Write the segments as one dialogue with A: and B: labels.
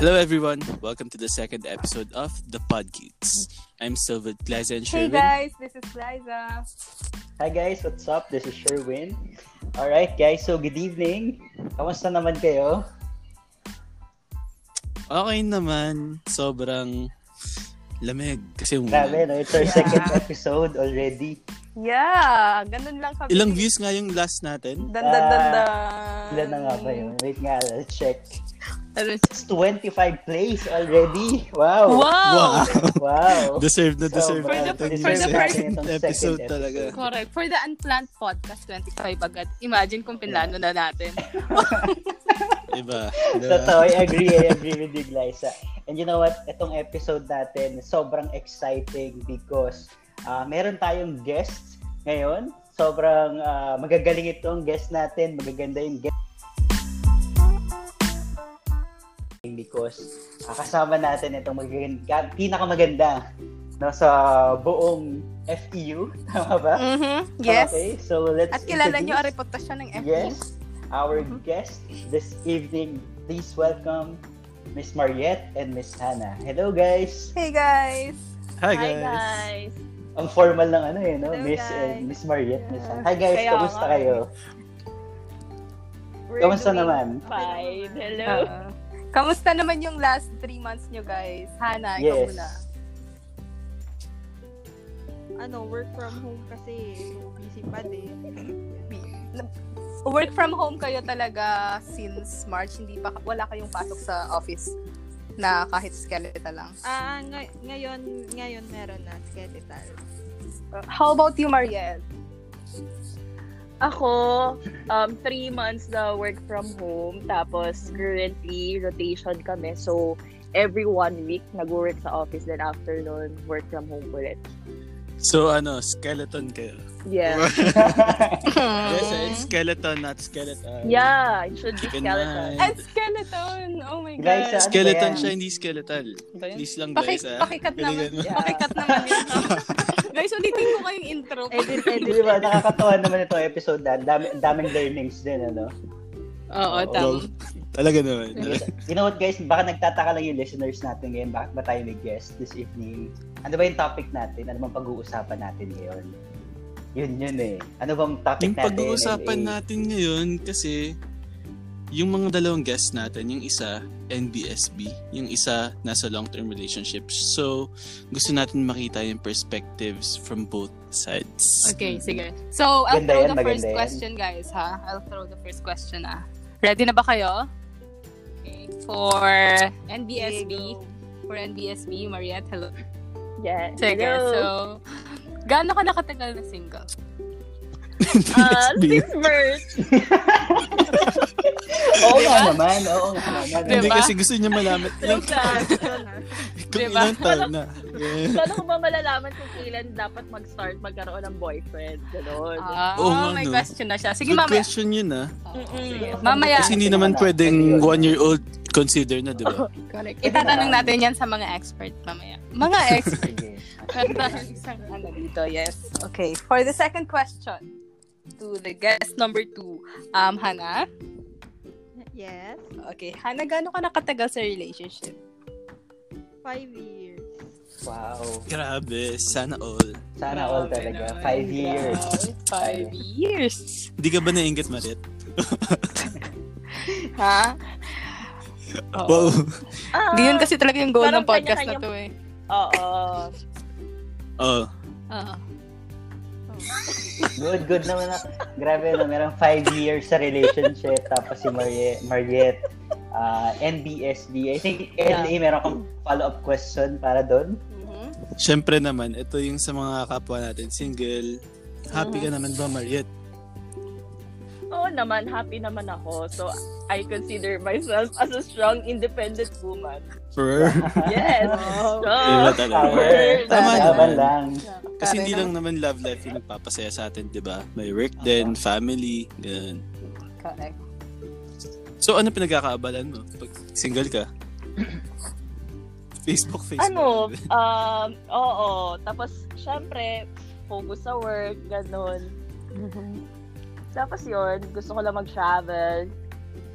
A: Hello, everyone. Welcome to the second episode of The Pod Geeks. I'm still with Liza and
B: Hey
A: Sherwin.
B: guys, this is Liza.
C: Hi guys, what's up? This is Sherwin. Alright guys, so good evening. Kamusta naman kayo?
A: Okay naman. Sobrang lamig kasi umulan.
C: Grabe, no? It's our
B: Yeah.
C: second episode already.
B: Yeah, ganun lang kami.
A: Ilang views nga yung last natin?
B: Dan, dan, dan, dan.
C: Ilan na nga ba yun? Wait nga, let's check.
B: Ano-
C: It's 25 plays already. Wow!
B: Oh, Wow!
C: Wow!
A: Deserve na
C: So,
A: deserve.
C: for
B: the-
A: natin
B: for the
A: yung
B: first-
A: second episode talaga.
B: Correct. For the unplanned podcast, 25 agad. Imagine kung pinlano na natin.
A: Iba.
C: Totoo, I agree, I agree with you, Liza. And you know what? Itong episode natin, sobrang exciting because ah, meron tayong guests ngayon. Sobrang ah, magagaling itong guest natin. Magaganda yung guest. Because ah, kasama natin itong magaganda, pinakamaganda no, sa buong FEU. Tama ba?
B: Mm-hmm. Yes.
C: Okay, so let's
B: At kilala nyo
C: introduce-
B: ang reputasyon ng FE.
C: Yes, our guest this evening. Please welcome Miss Mariette and Miss Hannah. Hello guys.
B: Hey guys!
A: Hi, guys.
C: Ang formal ng ano eh, no?
B: Hello,
C: Miss
B: guys.
C: and Miss Mariette, Miss
B: Yeah.
C: Hannah. Hi guys,
D: Kaya
C: kamusta
D: nga.
C: kayo?
D: We're
C: Kamusta
D: doing
C: naman?
D: Fine. Hello.
B: Uh, kamusta naman yung last three months nyo guys? Hana, ikaw
C: Yes.
B: muna.
D: Ano, work from home kasi. So, busy pa din.
B: Work from home kayo talaga since March. Hindi pa, wala kayong pasok sa office na kahit skeletal lang.
D: Ah, ngay- ngayon, ngayon meron na skeletal.
B: How about you, Mariel?
E: Ako, um, three months na work from home. Tapos, currently, rotation kami. So, every one week, nag-work sa office. Then, after nun, work from home ulit.
A: So, ano, skeleton kayo.
E: Yeah.
A: yes, it's skeleton, not skeleton.
E: Yeah, it should be
A: Good night.
E: skeleton.
B: And skeleton! Oh my
C: Guys,
B: God!
C: ah,
A: Skeleton
C: Ano ba yan?
A: siya, hindi skeletal.
E: Ba yun?
A: Please lang,
B: Paki,
A: guys. ah.
B: pakikat
A: Galingan
B: naman.
A: mo.
D: Yeah.
B: Pakikat naman yun. guys, ulitin ko kayong intro.
D: Edit, edit.
C: Di ba, nakakatawa naman itong episode na dami, daming learnings din, ano?
B: Oo,
C: Oo.
B: tama.
A: Wow. Talaga naman.
C: You know what guys, baka nagtataka lang yung listeners natin ngayon, bakit ba tayo may guest this evening? Ano ba yung topic natin? Ano bang pag-uusapan natin ngayon? Yun yun eh. Ano bang topic
A: Yung
C: natin?
A: pag-uusapan
C: LA?
A: natin ngayon kasi yung mga dalawang guests natin, yung isa NBSB, yung isa nasa long-term relationships. So, gusto natin makita yung perspectives from both sides.
B: Okay, sige. So, I'll
C: Ganda
B: throw
C: yan,
B: the first
C: maganda yan.
B: question, guys, ha? I'll throw the first question, ah. Ready na ba kayo? Okay. For NBSB, for NBSB, Mariette, hello.
E: Yeah.
B: Sige, so, gaano ka nakatagal na single? Ah,
E: uh,
B: diba?
E: since birth.
C: Oo nga naman, oo nga naman.
A: Hindi
B: Diba?
A: kasi gusto niya malaman ilang,
E: Joke lang.
A: kung
B: Diba?
A: ilang taon na. Yeah.
E: Paano ko ba malalaman kung kailan dapat mag-start magkaroon ng boyfriend? Ganon.
B: Ah,
A: Oo nga,
B: may
A: no.
B: question na siya. Sige,
A: Good
B: mamaya.
A: question yun ah.
E: Mm-mm.
B: Mamaya.
A: Kasi hindi naman pwedeng one-year-old consider na, diba? di ba?
B: Correct. Itatanong natin yan sa mga expert mamaya. Mga expert. Meron tayong isang ano dito, yes. Okay, for the second question, to the guest number two, um, Hana.
D: Yes.
B: Okay, Hana, gaano ka nakatagal sa relationship?
D: Five years.
C: Wow.
A: Grabe, sana all.
C: Sana all talaga. Five years.
B: Five years.
A: Hindi ka ba nainggit, Marit?
B: Ha?
A: Wow.
E: Ah,
B: Di yun kasi talaga yung goal ng
E: Parang
B: podcast na to
E: kanya-kanya-
B: eh.
E: Oo.
A: Oh,
B: Oo.
C: Good, good naman ako. Grabe na, merong five years sa relationship. Tapos si Marie, Mariette, ah, NBSB. I think LA, meron kang follow-up question para doon.
B: Mhm.
A: Siyempre naman, ito yung sa mga kapwa natin, single. Happy ka naman ba, Mariette?
E: Oo naman, happy naman ako. So, I consider myself as a strong, independent woman.
A: For...
E: Yes!
B: Wow.
A: Diba
E: strong!
C: Power.
A: Tama
C: Tama
A: naman.
C: lang.
A: Kasi
B: Pare
A: hindi
B: na.
A: lang naman love life yung nagpapasaya sa atin, di ba? May work din, family, ganun.
B: Correct.
A: So, ano pinagkakaabalan mo pag single ka? Facebook, Facebook.
E: ano, um, oo. Tapos, syempre, focus sa work, ganun. Tapos yun, gusto ko lang mag-travel.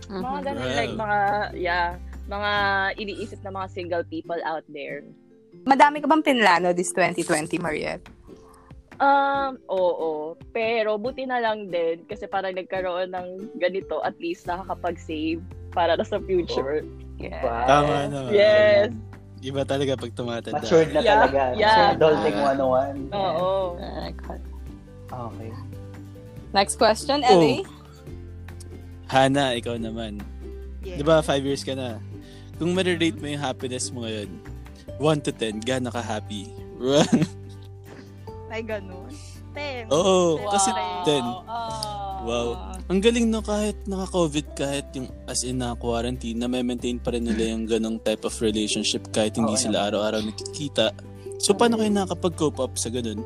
E: Mga ganun,
A: Wow.
E: like mga, yeah. mga iniisip ng mga single people out there.
B: Madami ka bang pinlano this 2020, Mariette?
E: Um, oo. Pero buti na lang din kasi para nagkaroon ng ganito, at least nakakapag-save para na sa future.
B: Yeah.
C: Wow.
A: Tama naman.
E: Yes.
A: Iba talaga pag tumatanda.
C: Matured na
E: Yeah,
C: talaga. Yeah.
E: yeah.
C: Adulting
A: Ah.
C: 101.
E: Oo.
C: Okay.
B: Next question,
A: Oh.
B: Ellie.
A: Hana, ikaw naman.
D: Yeah.
A: Di ba, five years ka na. Kung marirate mo yung happiness mo ngayon, 1 to 10, gaano ka happy?
D: Ay, ganun. Ten.
A: Oo, kasi
D: Wow.
A: 10.
B: Oh.
E: Ah,
A: Wow. Ang galing no, kahit naka-COVID, kahit yung as in naka-quarantine, na maintain pa rin nila yung ganong type of relationship kahit hindi
C: Oo
A: sila araw-araw nakikita. So, paano kayo nakakapag-cope up sa ganun?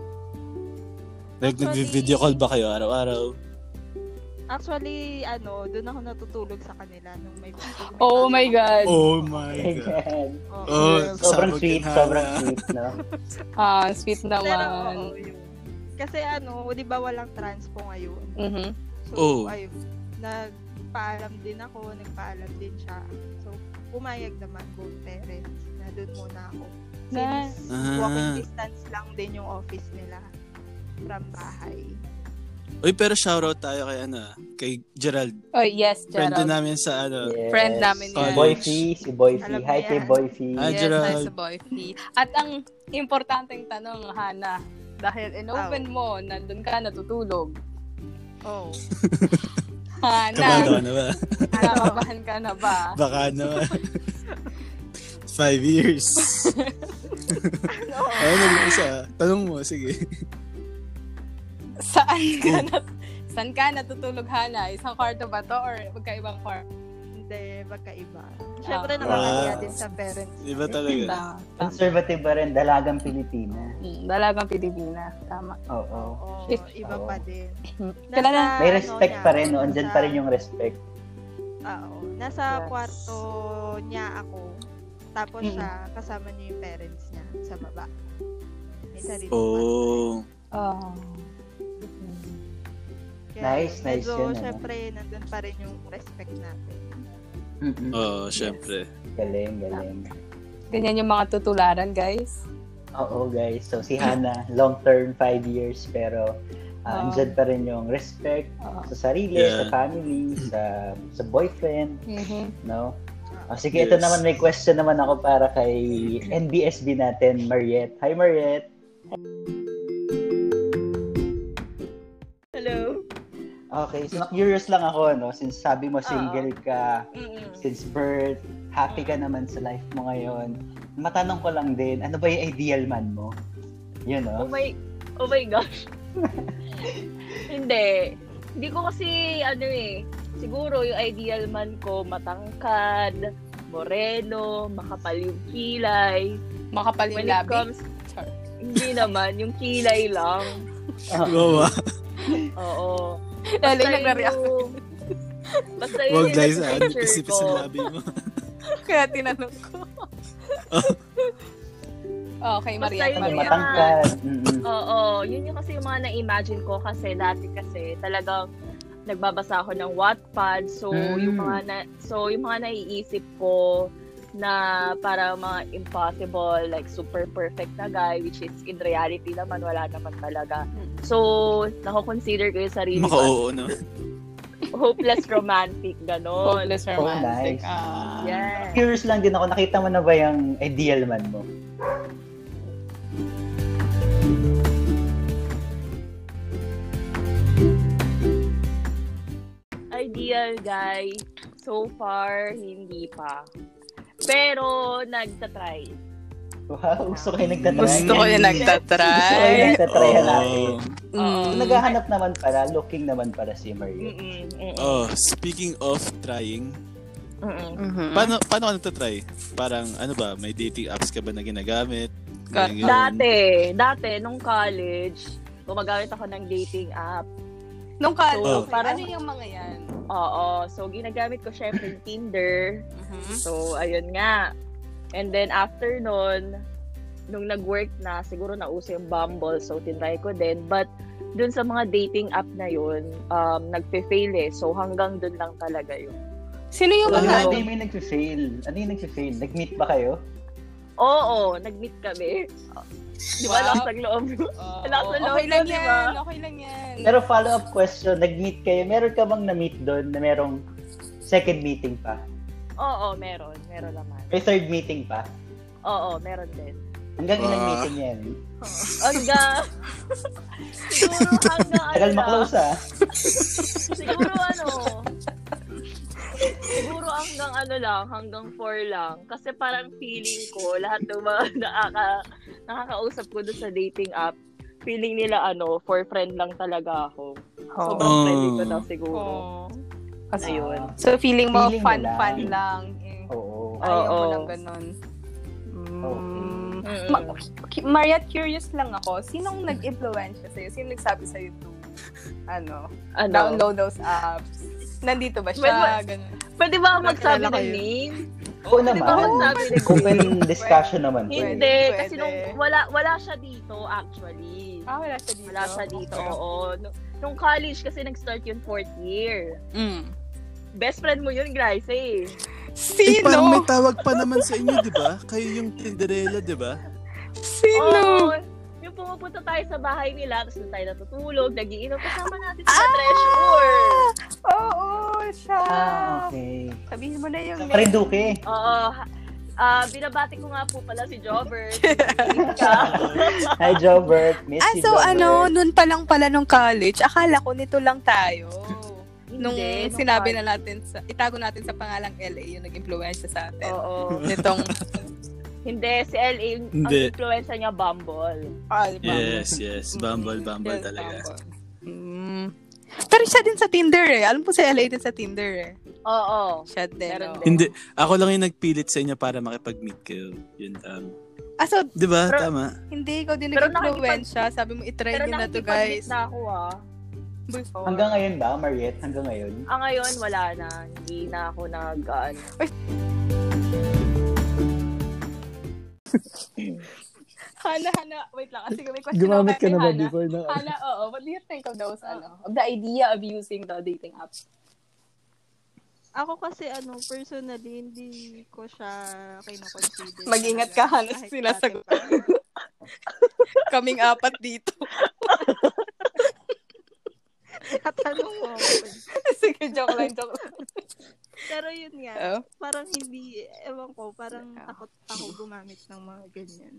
A: Like,
D: Actually-
A: nag-video call ba kayo araw-araw?
D: Actually, ano, doon ako natutulog sa kanila nung may
B: Oh my God.
A: Oh my
C: Ayan.
A: Oh,
C: Sobrang
A: Sabog yun,
C: sweet,
A: ha?
C: sobrang sweet, no?
A: Oh.
B: Ah, sweet
D: Pero,
B: naman.
D: oo, yun. Kasi ano, di ba walang transpo ngayon?
B: Mhm.
D: So,
A: Oo.
D: ayun, nagpaalam din ako, nagpaalam din siya. So, pumayag naman both parents na doon muna ako. Since
B: Nice.
D: walking
A: Ah.
D: distance lang din yung office nila from bahay.
A: Uy, pero shoutout tayo kay ano, ah, kay Gerald.
B: Oh, yes,
A: Friend din
B: Gerald.
A: namin sa ano.
C: Yes.
B: Friend namin
A: yan.
C: Si Boy Fee, si Boy Fee.
D: Alam
C: Hi
D: niya.
C: kay Boy Fee.
A: Hi,
B: yes,
A: Gerald.
B: nice boy. Fee. At ang importanteng tanong, Hana, dahil in-open mo, nandun ka natutulog.
D: Oh.
A: Kabado
B: Hana,
A: ka na ba?
D: ano,
B: nakabahan ka na ba?
A: Baka naman. Five years. Ayun, mag-isa. Tanong mo, sige.
B: Saan ka na, saan ka natutulog, Hana? Isang kwarto ba to or magkaibang kwarto?
D: hindi, magkaiba. Siyempre,
B: Ah.
D: nakakahiya
A: Wow.
D: din sa parents.
A: Iba talaga.
B: Tama. tama.
C: Conservative pa rin, dalagang Pilipina.
B: Mm, Dalagang Pilipina. Tama.
C: Oo.
D: Oo,
B: If-
D: iba pa din.
B: Oh. Kailangan-
D: Nasa,
C: May
D: ano
C: respect
D: niya,
C: pa rin, no?
D: nasa-
C: Andyan pa rin yung respect.
D: Oo. Nasa
B: Yes.
D: kwarto niya ako. Tapos
B: Mm.
D: siya, kasama niya yung parents niya sa baba. May sarili
A: Oh.
B: Oh. Hmm.
D: kwarto.
C: Nice, nice
D: medyo,
C: yun, ano?
D: Siyempre, nandun pa rin yung respect natin.
C: Mm-mm.
A: Oo, syempre.
C: Galing, galing.
B: Ganyan yung mga tutularan, guys.
C: Oo guys, so si Hana, long term, five years, pero uh,
B: Oo.
C: andyan pa rin yung respect
B: Oo.
C: sa sarili,
A: Yeah.
C: sa family, sa sa boyfriend,
B: Mhm.
C: no? Ah, sige, ito
A: Yes.
C: naman may question naman ako para kay NBSB natin, Mariette. Hi Mariette!
E: Hello.
C: Okay, so curious lang ako, no? Since sabi mo single ka,
E: Mm-mm.
C: since birth, happy ka naman sa life mo ngayon. Matanong ko lang din, ano ba yung ideal man mo? Yun, no?
E: Oh my, oh my gosh. Hindi. Hindi ko kasi, ano eh, siguro yung ideal man ko matangkad, moreno, makapal yung kilay.
B: Makapal yung
E: When it
B: labi.
E: comes,
B: Char.
E: hindi naman, yung kilay lang.
A: Oo, ah.
E: Oo.
B: Lalo yung nagre-react.
E: yung- Basta yun
A: Huwag
E: yung
A: guys, ah.
E: picture
A: Isip
E: ko.
A: sa labi mo.
B: Kaya tinanong ko. okay, Maria.
E: Basta
C: Ano,
E: yun yung
B: Maria.
E: mga-
C: matangkad. Mm-mm.
E: Oo, yun yung kasi yung mga na-imagine ko kasi dati kasi talagang nagbabasa ako ng Wattpad. So
C: Mm.
B: Hmm.
E: yung mga na, so yung mga naiisip ko na para mga impossible like super perfect na guy which is in reality naman wala naman talaga.
B: Hmm.
E: So nako-consider ko yung sarili
A: Maka
E: ko
A: oo, no?
E: as hopeless romantic ganon.
B: Hopeless
C: Oh,
B: romantic.
C: nice.
B: Ah.
E: Yes.
C: Curious lang din ako, nakita mo na ba yung ideal man mo?
E: ideal guy, so far hindi pa. Pero nagtatry.
C: Wow, gusto kayo nagtatry.
B: Gusto ko yung
C: Gusto ko yung
B: nagtatry.
C: nagtatry
A: Oo.
C: hanapin.
B: Mm.
C: Kung Naghahanap naman pala, looking naman para si Maria.
E: Mm-mm, mm-mm,
A: Oh, speaking of trying,
E: mm-mm.
B: Mhm.
A: paano, paano ka nagtatry? Parang, ano ba, may dating apps ka ba na ginagamit?
B: Ka-
A: Ganyan.
E: Dati, dati, nung college, gumagamit ako ng dating app.
B: Nung college,
A: Oh.
B: okay.
E: Parang-
B: ano yung mga yan?
E: Oo, so ginagamit ko syempre yung Tinder.
B: Mhm.
E: So, ayun nga. And then after nun, nung nag-work na, siguro nauso yung Bumble, so tinry ko din. But dun sa mga dating app na yun, um, nagpe-fail eh. So hanggang dun lang talaga yun.
B: Sino yung
C: Ano
A: Wala.
B: mga?
C: yung team yung nag-fail? Ano yung nag-fail? Nag-meet ba kayo?
E: Oo, nag-meet kami. Di ba,
B: Wow.
E: lakas ng loob.
B: Oo,
E: Wala sa loob
B: okay lang
E: nun, di
B: yan.
E: ba?
B: Okay lang yan.
C: Pero follow-up question, nag-meet kayo, meron ka bang na-meet doon na merong second meeting pa?
E: Oo, meron. Meron naman.
C: May third meeting pa?
E: Oo, meron din.
C: Hanggang ilang
A: Ah.
C: meeting yan?
E: Hangga, siguro hangga,
C: Tagal
E: ano na,
C: maklose ah.
E: siguro ano, siguro hanggang ano lang, hanggang four lang. Kasi parang feeling ko, lahat ng mga nakaka, nakakausap ko doon sa dating app, feeling nila ano, for friend lang talaga ako.
B: Oo.
E: Sobrang
A: Oh.
E: friendly ko daw siguro.
B: Oo.
E: Ayun.
B: So, feeling mo,
C: Feeling mo
B: fun-fun
C: lang.
B: fun lang. Eh.
C: Oo.
B: Ayaw
E: Ah.
B: mo
E: Oo.
B: ng ganun. Mm.
C: Oo.
E: Mm-mm. Ano?
B: Ma- cu- Maria, curious lang ako. Sinong nag-influence sa'yo? Sino nagsabi sa'yo to? Ano?
E: ano?
B: Download those apps. Nandito ba
E: Well,
B: siya?
E: well,
B: Ganun.
E: Pwede ba ako magsabi
D: Nakilala
E: ng
D: kayo.
E: name?
C: Oo
E: Pwede ba ako
C: naman.
E: magsabi ng name?
C: Open discussion naman. to.
E: Hindi,
B: Pwede,
E: kasi
B: pwede.
E: nung wala wala siya dito actually.
B: Ah, wala siya dito.
E: Wala siya dito,
B: Okay.
E: oo. Nung, nung college kasi nag-start yung fourth year.
B: Mm.
E: Best friend mo yun, Grace, eh.
A: Eh, parang may
B: Sino?
A: tawag pa naman sa inyo, di ba? Kayo yung Tinderella, di ba?
B: Sino?
E: Oo, yung pumupunta tayo sa bahay nila, tapos doon tayo natutulog, nagiinom, kasama natin
B: Ah!
E: sa treasure.
B: Oo, siya.
C: Ah, okay.
B: Sabihin mo na yung
C: Sa Parinduque.
E: Oo. ha- Ah, binabati ko nga po pala si Jobber.
C: Hi, Jobert. Miss
B: Ah,
C: si
B: so
C: Jobert.
B: ano, nun pa lang pala nung college, akala ko nito lang tayo. Nung sinabi na natin, sa, itago natin sa pangalang LA, yung nag-influensya sa atin.
E: Oo.
B: Nitong,
E: Hindi, si LA, yung- ang
A: Hindi.
E: influencer niya, Bumble.
B: ah, di ba?
A: Yes, yes. Bumble,
B: Mm,
A: bumble
B: yes,
A: talaga.
B: Bumble. Mm. Pero siya din sa Tinder eh. Alam ko si LA din sa Tinder eh.
E: Oo.
B: Siya din.
E: Meron
B: oh.
E: din.
A: Hindi. Ako lang yung nagpilit sa inyo para makipag-meet kayo. Yun, tama.
B: Ah, so,
A: Di ba?
E: Pero-
A: Tama.
B: hindi ko din
E: Pero
B: nag-influensya. Sabi mo, itry
E: Pero
B: din na to,
E: nakikipag-meet
B: guys.
E: na ako, ah.
B: Before.
C: Hanggang ngayon ba, Mariette? Hanggang ngayon?
E: Ah, ngayon, wala na. Hindi na ako nag, ano.
B: Hana, Hana, wait lang. Kasi may question
F: Gumamit
B: ako
F: ka
B: kay
F: na ba
B: Hana.
F: before na?
B: Hana, oo. What do you think of those, ano, of the idea of using the dating apps?
D: Ako kasi ano, personally, hindi ko siya kinoconsider.
B: Mag-ingat ka, Hana,
D: Kahit
B: sinasagot.
D: dati pa.
B: Kaming apat dito.
D: Tatanong mo.
B: Sige, joke lang, joke lang.
D: Pero yun nga,
B: Oh,
D: parang hindi, ewan ko, parang takot ako gumamit ng mga ganyan.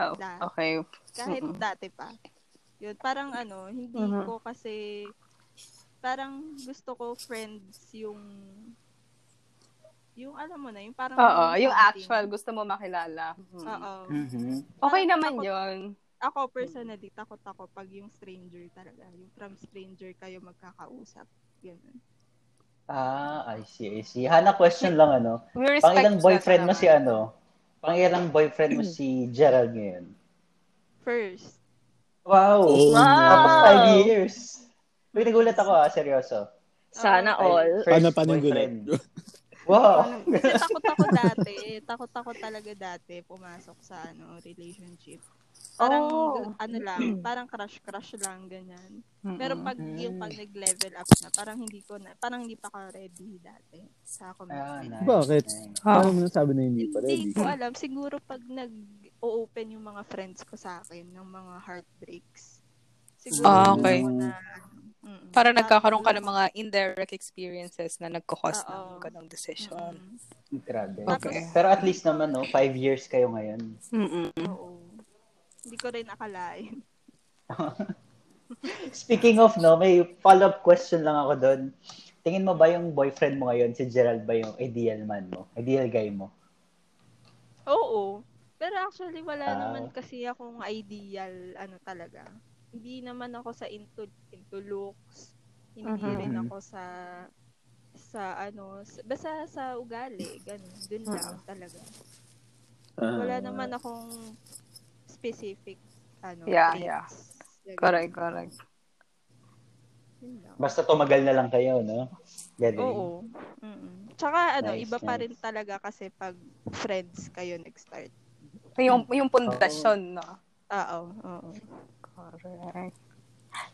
B: oh, okay.
D: Kahit
B: Mm-mm.
D: dati pa. Yun, parang ano, hindi
B: Mhm.
D: ko kasi, parang gusto ko friends yung, yung alam mo na, yung parang.
B: Oo, yung
D: something.
B: actual, gusto mo makilala. Hmm.
D: Oo.
C: Mhm.
B: Okay naman
D: Ako-
B: yun.
D: Ako personally, takot ako pag yung stranger talaga. Yung from stranger kayo magkakausap. Ganun.
C: Ah, I see, I see. Hana, question lang ano.
B: We
C: Pang
B: respect
C: ilang
B: that
C: boyfriend mo
B: naman.
C: si ano? Pang ilang boyfriend mo si Gerald ngayon?
D: First,
C: Wow! Tapos
E: Wow!
C: five years. Uy, nagulat ako ah, seryoso.
E: Sana
C: Five-
E: all.
C: first
F: Paano- paano yung
C: boyfriend. Wow!
D: Ano, Kasi takot ako dati. Takot ako talaga dati pumasok sa ano relationship. Parang
B: Oh.
D: ano lang, parang crush-crush lang ganyan.
B: Mm-mm.
D: Pero pag
C: Mm.
D: yung pag nag-level up na, parang hindi ko na, parang hindi pa ako ready dati sa
C: Ah,
D: commitment.
C: nice.
F: Bakit?
C: nice.
B: Ah.
F: Ano mo nasabi na hindi pa
D: Hindi
F: ready?
D: ko alam. Siguro pag nag-o-open yung mga friends ko sa akin ng mga heartbreaks. Siguro
B: Ah,
D: gusto
B: okay.
D: ko na, mm,
B: Para
D: parang
B: nagkakaroon ka ng
D: gusto-
B: mga indirect experiences na nagkakos ng
D: Oo.
B: ganong decision.
D: Mm,
C: Grabe.
B: Okay.
C: Pero at least naman, no, five years kayo ngayon.
B: Mm-mm.
D: oo. Hindi ko rin akalain.
C: Speaking of, no, may follow-up question lang ako doon. Tingin mo ba yung boyfriend mo ngayon, si Gerald ba yung ideal man mo? Ideal guy mo?
D: Oo. Pero actually, wala
C: Ah.
D: naman kasi akong ideal, ano talaga. Hindi naman ako sa into, into looks. Hindi
B: Mhm.
D: rin ako sa, sa ano, sa, basta sa ugali, ganun. Dun
B: Mm-hmm.
D: lang talaga. Wala
C: Mm-hmm.
A: Ah,
D: naman akong specific, ano,
B: Yeah,
D: traits.
B: yeah.
D: Ganun.
B: Correct, correct.
D: Yun lang.
C: Basta tumagal na lang kayo, no? Galing.
D: Oo. mm Tsaka ano,
C: Nice,
D: iba pa
C: nice.
D: rin talaga kasi pag friends kayo nag-start.
B: Yung, yung pundasyon, no?
D: Oo, oo.
B: Correct.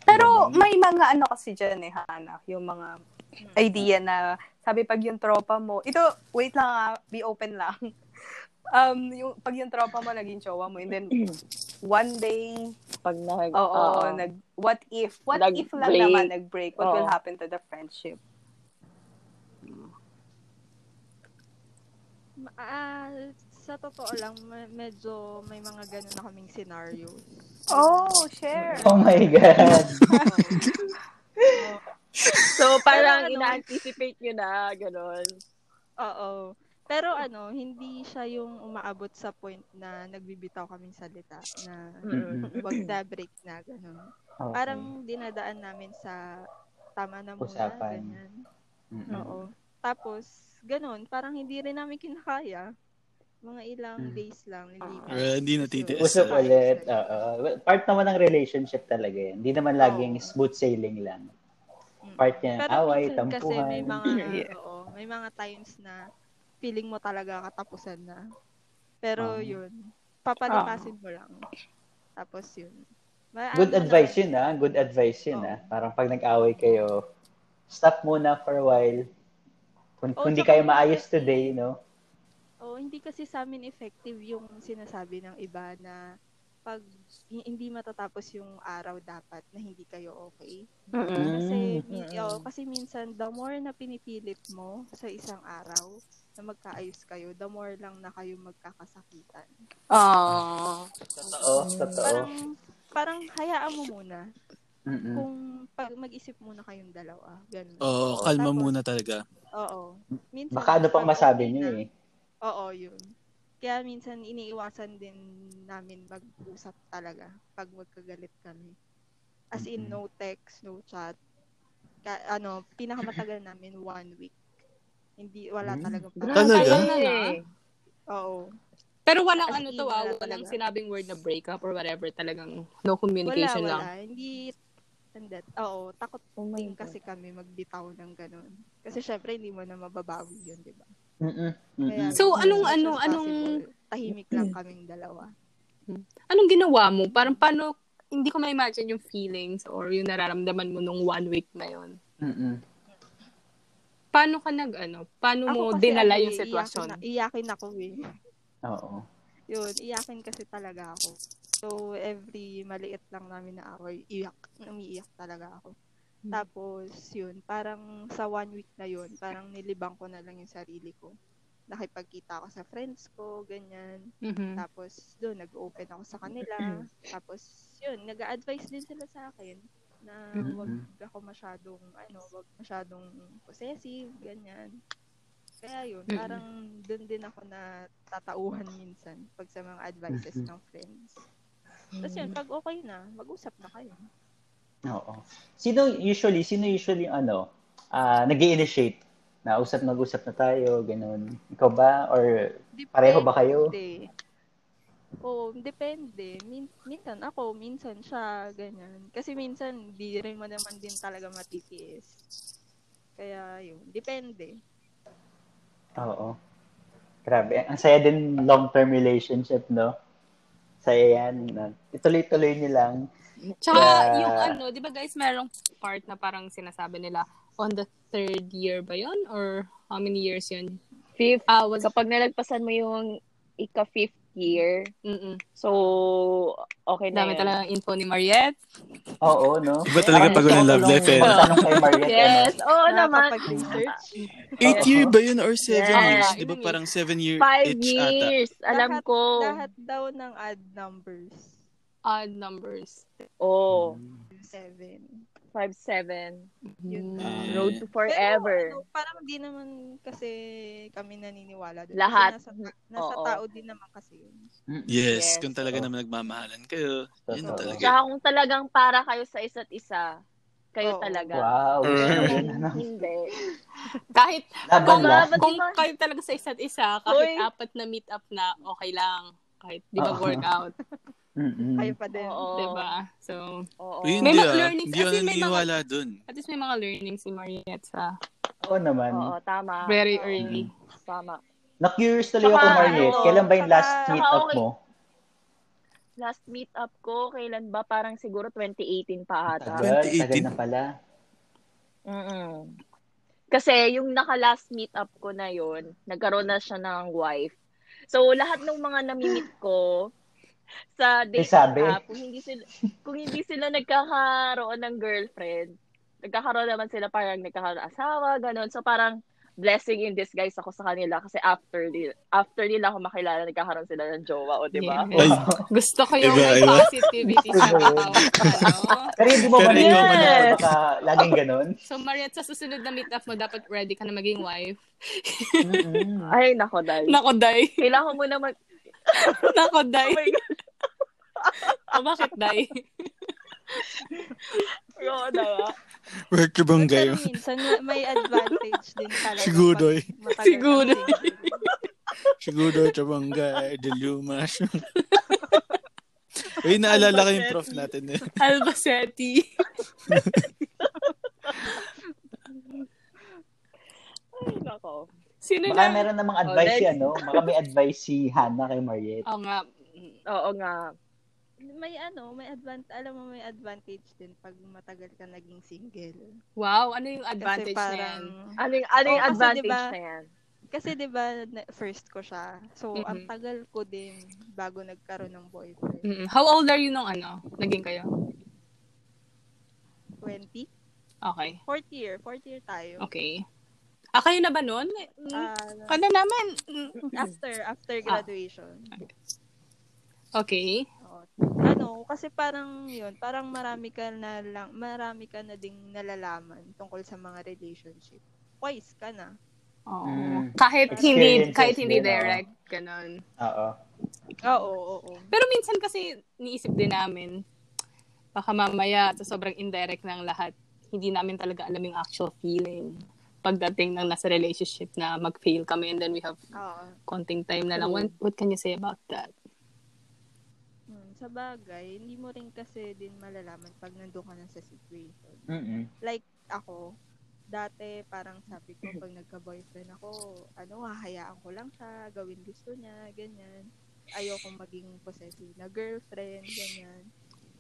B: Pero may mga ano kasi dyan eh, Hana, yung mga idea na sabi pag yung tropa mo, ito, wait lang ah, be open lang. Um, yung, pag yung tropa mo naging jowa mo, and then one day,
E: Pag nag...
B: oo,
E: oo.
B: nag, what if? What if lang
E: Nag-break.
B: naman nag-break? What will
E: Oo.
B: happen to the friendship?
D: Ma- ah, sa totoo lang, me- medyo may mga ganun na kaming scenario.
B: Oh, share.
C: Oh my God.
E: So, parang
D: Pero ano-
E: ina-anticipate nyo na, gano'n.
D: Oo. Pero ano, hindi siya yung umaabot sa point na nagbibitaw kaming salita na
E: Mm.
D: wag na break na ganun.
C: Okay.
D: Parang dinadaan namin sa tama na muna,
C: Usapan.
D: ganyan.
C: Mm-mm.
D: Oo. Tapos, ganun, parang hindi rin namin kinakaya. Mga ilang
C: Mm.
D: days lang, hindi
A: Or Ah. Eh, hindi natitiis.
C: Usap
A: na.
C: ulit. Oo. Well, Part naman ng relationship talaga yan. Hindi naman laging
D: Oo.
C: smooth sailing lang.
D: Mm.
C: Part niya ng
D: Pero
C: away,
D: minsan kasi
C: tampuhan.
D: may mga,
B: Yeah.
D: oo, may mga times na feeling mo talaga katapusan na. Pero
C: Ah.
D: yun, papalakasin mo lang. Tapos yun. Ma-
C: Good
D: ano
C: advice
D: lang,
C: yun ah. Good advice yun
D: Oo.
C: ah. Parang pag nag-away kayo, stop muna for a while. Kung,
D: Oo,
C: kung di
D: Oh, tsaka ano eh.
C: kayo
D: yung
C: maayos
D: kasi-
C: today, no?
D: Oo, hindi kasi sa amin effective yung sinasabi ng iba na pag hi- hindi matatapos yung araw dapat na hindi kayo okay. Kasi,
C: Mm.
D: min-
E: Mm-mm.
D: oo, kasi minsan, the more na pinipilit mo sa isang araw na magkaayos kayo, the more lang na kayo magkakasakitan.
B: Oh.
C: Totoo, totoo.
D: mm. Parang, parang hayaan mo muna
C: Mm-mm.
D: kung pag mag-isip muna kayong dalawa. Ganun.
A: Oo, kalma
D: Tapos,
A: muna talaga.
D: Oo. Minsan,
C: Baka ano pang
D: pag-
C: masabi niyo eh.
D: Oo, yun. Kaya minsan iniiwasan din namin mag-usap talaga pag magkagalit kami. As in,
C: Mhm.
D: no text, no chat. Ka- ano, pinakamatagal namin one week. Hindi, wala
C: Hmm.
D: talagang
A: Talaga?
E: eh.
D: Oo.
F: Pero walang
D: As
F: ano
D: in,
F: to, ah,
D: wala
F: walang
D: talaga.
F: sinabing word na breakup or whatever. Talagang no
D: Wala,
F: communication lang.
D: wala. Hindi, and that, oo, takot
E: Oh my
D: din kasi kami magbitaw ng ganun. Kasi syempre, hindi mo na mababawi yun, di ba?
C: Mm-mm.
D: Kaya,
C: Mm-mm.
F: So,
D: as
F: anong-
D: much as
F: ano- anong-
D: possible, Tahimik lang
E: Mm-hmm.
D: kaming dalawa.
F: Anong ginawa mo? Parang paano, hindi ko ma-imagine yung feelings or yung nararamdaman mo nung one week na yon.
C: Mm-mm.
F: Paano ka nag, ano, paano mo
D: kasi,
F: dinala
D: ano,
F: yung
D: eh,
F: sitwasyon?
D: Iyakin, na, iyakin ako eh.
C: Oo.
D: Yun, iyakin kasi talaga ako. So, every maliit lang namin na away, iyak. Umiiyak talaga ako.
E: Mm-hmm.
F: Hmm.
D: Tapos, yun, parang sa one week na yun, parang nilibang ko na lang yung sarili ko. Nakipagkita ako sa friends ko, ganyan.
F: Mhm.
B: Mm.
D: Tapos, doon, nag-open ako sa kanila. Tapos, yun, nag-advise din sila sa akin na wag ako masyadong, ano, wag masyadong possessive, ganyan. Kaya yun,
F: Mm-mm.
D: parang doon din ako na tatauhan minsan pag sa mga advices
C: Mhm.
D: ng friends. Tapos yun, pag okay na, mag-usap na kayo.
C: Oo. Sino usually, sino usually ano, ah nag-initiate? Na usap nag-usap na tayo, ganun. Ikaw ba or Pareho ba kayo?
D: Depende. Oo, depende. Min- minsan ako, minsan siya, ganyan. Kasi minsan, di rin mo naman din talaga matitiis. Kaya yun, depende.
C: Oo. Grabe. Ang saya din long-term relationship, no? Saya yan. na Ituloy-tuloy niyo lang.
F: Tsaka
C: Yeah.
F: yung ano, di ba guys, merong part na parang sinasabi nila on the third year ba yon Or how many years yun?
E: Fifth,
F: Ah, was,
E: kapag nalagpasan mo yung ika-fifth year,
F: mm
E: so, okay na
F: Dami
E: yun.
F: talaga info ni Mariette.
C: Oo, no?
A: Iba talaga pag
C: Parang
A: love life eh.
C: tanong- Tanong kay Mariette.
E: Yes,
C: ano?
E: oo naman.
D: Nakakapag-research.
A: Eight
C: Oo.
A: year ba yun or seven
E: Yeah.
A: years? Di ba
F: Yun eh.
A: parang seven year
E: Five
A: itch ata?
E: years, alam
D: Lahat-
E: ko.
D: Lahat daw ng odd numbers.
F: Odd numbers.
C: Hmm.
E: Oh,
D: Seven.
E: five, seven.
D: Yun.
A: Ah.
E: Road to
D: Pero,
E: forever.
D: ano, parang di naman kasi kami naniniwala doon.
E: Lahat. Mm,
D: Kasi nasa, ta- nasa
E: Oo.
D: tao din naman kasi yun.
A: Yes,
E: Yes.
A: kung talaga
C: Oo.
A: naman nagmamahalan kayo. Yun
C: Totoo.
A: talaga.
E: Tsaka kung talagang para kayo sa isa't isa, kayo
D: Oo.
E: talaga.
C: Wow.
A: Mm.
E: Kung
C: Ano,
E: Hindi.
F: Kahit,
C: Laban
E: Baka
C: lang.
E: ba't
F: kung
E: di ba-
F: kayo talaga sa isa't isa, kahit
E: Uy.
F: apat na meet up na, okay lang. Kahit di ba
C: Oo.
F: workout,
C: Mm-mm.
D: Kayo pa din.
E: Oo.
F: di ba? So,
E: Oo.
A: Uy,
F: May
A: hindi
F: mga
A: ah.
F: learnings.
A: Hindi
F: As
A: ako
F: in, may mga-
A: naniniwala dun.
F: at least may mga learning si Mariette sa
C: Oo naman.
E: Oo, tama.
F: very
E: Oo,
F: early.
E: Tama.
C: Na-curious tuloy ako,
E: Tsaka,
C: Mariette.
E: ano,
C: Kailan ba yung
D: tsaka-
C: last meet-up
E: okay.
C: mo?
E: Last meet up ko, kailan ba? Parang siguro 2018 pa ata.
A: Tagal.
C: Well, tagal
A: 2018.
C: na pala.
E: Mm-mm. Kasi yung naka-last meet-up ko na yun, nagkaroon na siya ng wife. So, lahat ng mga nami-meet ko sa
C: May
E: dating
C: sabi.
E: app, kung hindi sila, kung hindi sila nagkakaroon ng girlfriend, nagkakaroon naman sila parang nagkakaroon ng asawa, ganun. So, parang blessing in disguise ako sa kanila kasi after nila, after nila ako makilala, nagkakaroon sila ng jowa, o diba?
A: Ay,
F: Gusto ko yung
A: Iba,
F: may
A: iba.
F: positivity sa
C: Iba.
F: tao. Ano?
C: Pero hindi mo
A: Pero
C: ba
A: ikaw-
C: yes. na baka laging ganun?
F: So, Mariette, sa susunod na meet-up mo, dapat ready ka na maging wife.
E: Ay, nako, dahil.
F: Nako, day.
E: Kailangan mo na mag...
F: Nako, day.
E: Oh my God.
F: O, bakit, day?
E: Oo, diba?
A: Worker bang gayo?
D: Pero minsan may advantage din talaga.
A: Siguro
D: pag
A: eh.
D: matagal ang
F: Siguro.
D: single.
A: Siguro, Chabanga, Deluma. Uy, naalala ko yung prof natin eh.
F: Albacete.
E: Ay, nako.
F: Sino
C: Baka
F: na?
C: meron namang advice
E: Oh,
C: si ano, baka may advice si Hannah kay Mariette.
F: Oo nga.
E: Oo nga.
D: May ano, may advantage, alam mo may advantage din pag matagal ka naging single.
F: Wow, ano yung
D: Kasi
F: advantage na yan?
D: parang,
E: Ano yung, ano yung
D: Oo, kasi
E: advantage
D: diba-
E: na yan?
D: Kasi 'di ba na- first ko siya. So
F: Mhm.
D: ang tagal ko din bago nagkaroon ng boyfriend.
F: Mm-mm. How old are you nung ano? Naging kayo?
D: 20,
F: Okay.
D: fourth year, fourth year tayo.
F: Okay. Ah, kayo na ba nun? Mm.
D: Ah,
F: Kana naman. Mm.
D: after after graduation.
F: Okay.
D: Oo. Ano, kasi parang 'yun, parang marami ka na lang, marami ka na ding nalalaman tungkol sa mga relationship. Wise ka na.
F: Oo.
C: Mm.
F: Kahit hindi
C: Experiences
F: kahit hindi
C: din, oo.
F: direct, ganun.
C: Oo.
D: Oo, oo, oo.
F: Pero minsan kasi niisip din namin, baka mamaya sa sobrang indirect ng lahat, hindi namin talaga alam yung actual feeling pagdating ng nasa relationship na mag-fail kami and then we have
D: Oo.
F: konting time na lang. What, what can you say about that?
D: Mm, sa bagay, hindi mo rin kasi din malalaman pag nandun ka na sa situation.
C: Mm-mm.
D: Ako, dati parang sabi ko pag nagka-boyfriend ako, ano, hahayaan ko lang siya, gawin gusto niya, ganyan. Ayoko maging possessive na girlfriend, ganyan.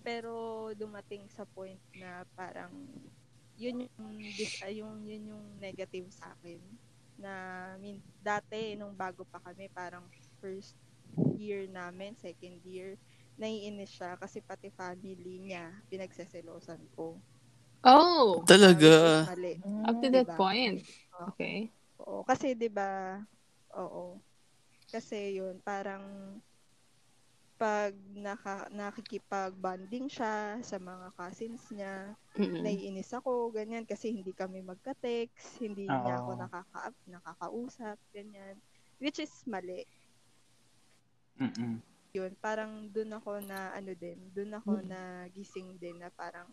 D: Pero dumating sa point na parang yun yung dis- ah, yung yun yung negative sa akin na min dati nung bago pa kami parang first year namin second year naiinis siya kasi pati family niya pinagseselosan ko
F: Oh,
D: Which
A: Talaga.
D: is mali.
F: up to that
D: Diba?
F: point. Mm, Okay.
D: Oo, kasi 'di ba? Oo. Kasi 'yun, parang pag naka, nakikipag-bonding siya sa mga cousins niya,
B: Mm.
F: Mm-mm.
D: naiinis ako, ganyan, kasi hindi kami magka-text, hindi
C: Oo.
D: niya ako nakaka nakakausap, ganyan. Which is mali.
C: Mm-mm.
D: Yun, parang dun ako na, ano din, dun ako na gising din na parang,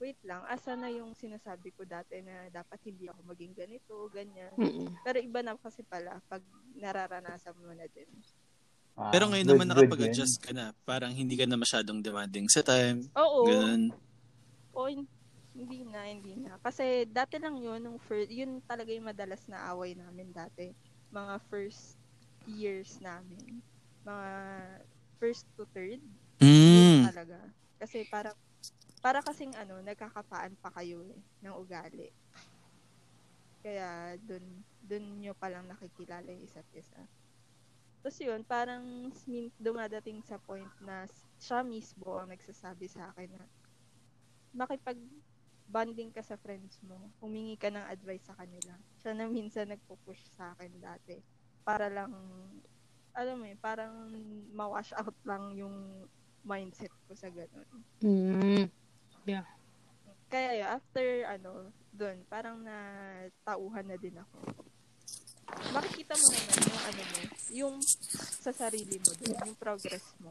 D: wait lang, asa na yung sinasabi ko dati na dapat hindi ako maging ganito, ganyan.
F: Mm-mm.
D: Pero iba na kasi pala pag nararanasan mo na din.
C: Ah,
A: Pero ngayon
C: good,
A: naman
C: good
A: nakapag-adjust ka na. Parang hindi ka na masyadong demanding sa time.
D: Oo.
A: Ganun.
D: O, hin- hindi na, hindi na. Kasi dati lang yun, nung first, yun talaga yung madalas na away namin dati. Mga first years namin. Mga first to third. yun
A: Mm.
D: talaga. Kasi para para kasing ano, nagkakapaan pa kayo eh, ng ugali. Kaya dun dun nyo palang nakikilala yung isa't isa. Tapos yun, parang min- dumadating sa point na s- siya mismo ang nagsasabi sa akin na makipag bonding ka sa friends mo, humingi ka ng advice sa kanila. Siya na minsan nagpo-push sa akin dati para lang alam mo yun, parang ma-wash out lang yung mindset ko sa ganun.
F: Mm.
D: Kaya yun, after ano, dun, parang na tauhan na din ako. Makikita mo naman yung ano mo, yung sa sarili mo din, yung progress mo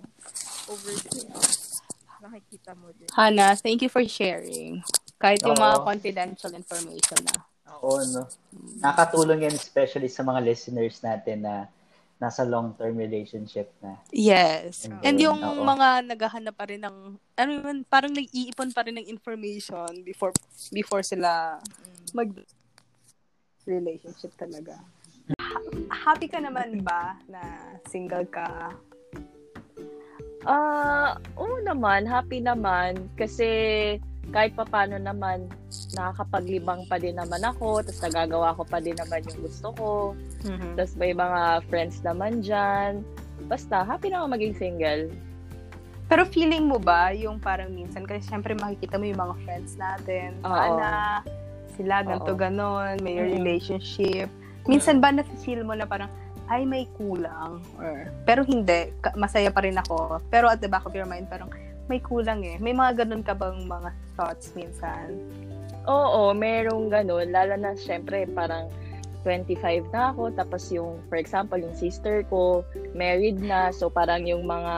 D: over the years. Nakikita mo din.
F: Hannah, thank you for sharing. Kahit yung
C: Oo.
F: mga confidential information na.
C: Oo, no. Nakatulong yan especially sa mga listeners natin na nasa long-term relationship na.
B: Yes.
C: Ayun,
B: And yung
C: oo.
B: mga naghahanap pa rin ng, ano yun, parang nag-iipon pa rin ng information before before sila mag relationship talaga. Ha- happy ka naman ba na single ka?
E: Ah, oo naman, happy naman kasi kahit papano naman, nakakapaglibang pa din naman ako, tapos nagagawa ko pa din naman yung gusto ko,
B: Mm-hmm.
E: tapos may mga friends naman dyan. Basta, happy na ako maging single.
B: Pero feeling mo ba yung parang minsan, kasi syempre makikita mo yung mga friends natin,
E: Oo.
B: sana, sila, ganito,
E: Oo.
B: ganon, may
E: Mm.
B: relationship. Minsan ba nafe-feel mo na parang, ay, may kulang? Or, pero hindi, ka- masaya pa rin ako. Pero at the back of your mind, parang, may kulang eh. May mga ganun ka bang mga thoughts minsan?
E: Oo, merong ganun. Lalo na, syempre, parang 25 na ako. Tapos yung, for example, yung sister ko, married na. So, parang yung mga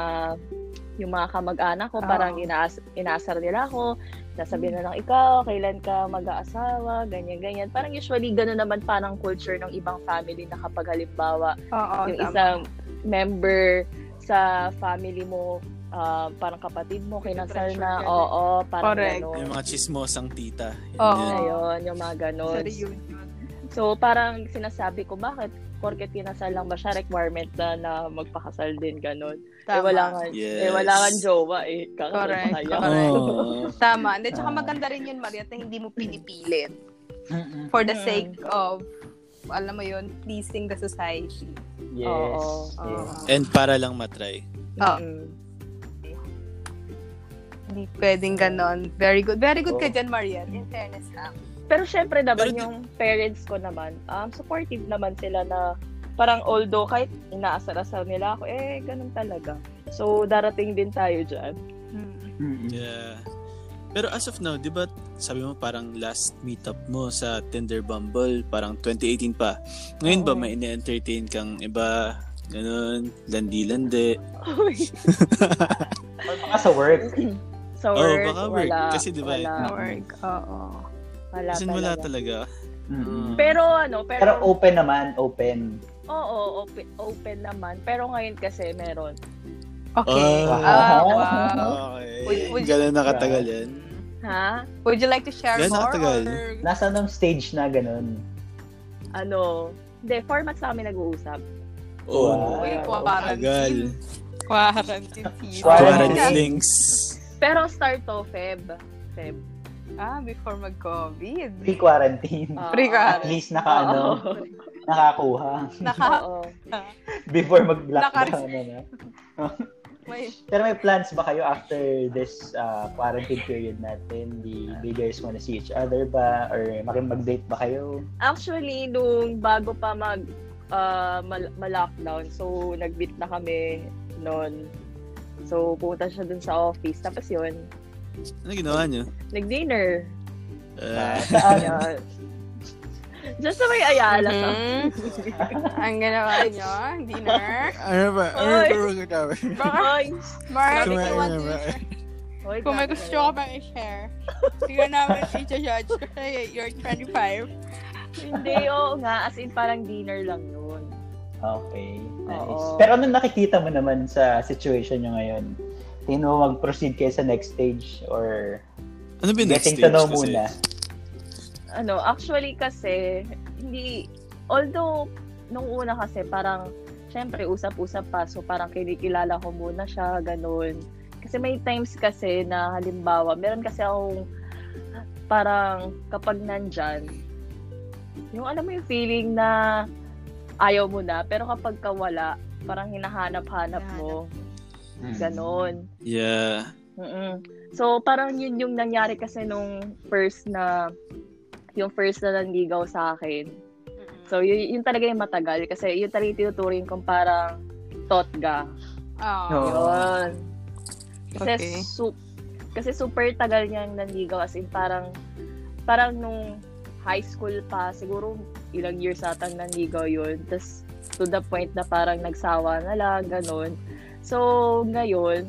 E: yung mga kamag-anak ko,
B: Oo.
E: parang inaas, inaasar nila ako. Sasabihin na lang, ikaw, kailan ka mag-aasawa, ganyan-ganyan. Parang usually, ganun naman parang culture ng ibang family na kapag halimbawa,
B: Oo,
E: yung
B: tama.
E: isang member sa family mo, ah, parang kapatid mo, kinasal na,
D: Pressure ka
E: oo, parang
B: Correct.
E: ganun.
A: Yung mga chismosang tita. Yan,
B: Oo.
A: yan.
E: Ayun, yung mga
D: Sa
E: ganun.
D: reunion.
E: So, parang sinasabi ko, bakit? Porket kinasal lang ba siya? Requirement na na magpakasal din, ganun. Eh,
B: Tama.
E: wala nga, eh,
A: Yes.
E: wala kang jowa, eh. Kakasal
B: Correct,
E: pa kayo.
B: correct.
A: Oo.
B: Tama. Hindi, tsaka
A: Ah.
B: maganda rin yun, Maria, na hindi mo pinipilit. For the
E: Mm.
B: sake of, alam mo yun, pleasing the society.
C: Yes.
E: Oo,
C: yes.
B: Oo.
A: And para lang matry.
B: Oo.
E: Mm.
B: Hindi pwedeng ganon. Very good. Very good ka
C: Oo.
B: dyan, Marian. In fairness ah. lang.
E: Pero syempre
A: Pero
E: naman
A: di-
E: yung parents ko naman, um, supportive naman sila na parang although kahit inaasar-asar nila ako, eh, ganun talaga. So, darating din tayo dyan.
A: Yeah. Pero as of now, di ba, sabi mo parang last meetup mo sa Tinder Bumble, parang 2018 pa. Ngayon ba
E: Oo.
A: may ine-entertain kang iba, ganun, landi-landi?
C: Or baka sa work.
E: so,
A: Oo,
E: work,
A: Oh, baka work.
E: wala.
A: Kasi di ba,
E: Wala,
B: Org, oo.
E: wala
A: Kasi wala
E: talaga.
A: talaga.
C: Mm.
E: Pero ano, pero,
C: Pero open naman, open.
E: Oo, open, open naman. Pero ngayon kasi meron.
B: Okay.
A: Ah.
B: Ah, wow. Would-
A: Okay.
B: would-
A: Ganun nakatagal yan.
E: Ha?
B: Would you like to share
A: Ganun
B: more?
A: nakatagal.
B: or-
C: Nasa anong stage na ganun?
E: Ano? Hindi, four months na kami nag-uusap.
A: Oh,
B: Uy,
C: Wow.
B: quarantine.
A: tagal.
F: Quarantine season.
C: Quarantine.
A: Quarantine links.
E: Pero start to Feb. Feb.
B: Ah, before mag-COVID.
F: Hmm.
C: Pre-quarantine.
B: Ah,
E: Oo.
B: Pre-quarantine.
C: At least naka ano,
E: Oo.
C: nakakuha
B: Naka,
E: Oo.
C: before mag-lockdown.
B: Naka-
C: ano.
B: may,
C: Pero may plans ba kayo after this uh, quarantine period natin? Do, do you guys wanna see each other ba? Or makipag-date ba kayo?
E: Actually, nung bago pa mag ah, mal- ma-lockdown, so nag-meet na kami noon. So, pumunta siya dun sa office. Tapos yun,
A: Ano ginawa niyo?
E: nag-dinner.
A: Ah,
C: Saan?
E: Ayun. Just sa may Ayala. sa-
B: Mhm. Ang ginawa niyo, dinner.
G: Ano ba? Ano
E: Oy.
G: ba mga tao?
B: Baka,
E: Ay,
B: Mark,
G: Kumain
B: if you want to
G: na ba?
B: share-
E: Hoy,
F: Kung may
E: grabe
F: gusto
E: kayo.
F: ka bang i-share, sige namin i-judge. You're 25.
E: Hindi, oo nga. As in, parang dinner lang yun.
C: Okay, nice.
E: Oo.
C: Pero anong nakikita mo naman sa situation nyo ngayon? Tingin mo mag-proceed kayo sa next stage or
A: ano ba yung next stage?
C: getting to know
A: kasi?
C: muna?
E: ano, actually kasi, hindi, although, nung una kasi, parang, syempre, usap-usap pa, so parang kinikilala ko muna siya, ganun. Kasi may times kasi na, halimbawa, meron kasi akong, parang, kapag nandyan, yung alam mo yung feeling na ayaw mo na, pero kapag kawala, parang hinahanap-hanap mo,
A: Hmm.
E: ganun.
A: Yeah.
E: Mm-mm. So, parang yun yung nangyari kasi nung first na yung first na nanligaw sa akin. So, yun, yun talaga yung matagal kasi yun talaga yung tinuturing kong parang totga.
B: Oh.
E: Yun.
B: Okay.
E: Kasi, su- kasi super tagal niyang nanligaw as in parang parang nung high school pa siguro ilang years atang nanligaw yun. Tapos to the point na parang nagsawa na lang, ganun. So, ngayon,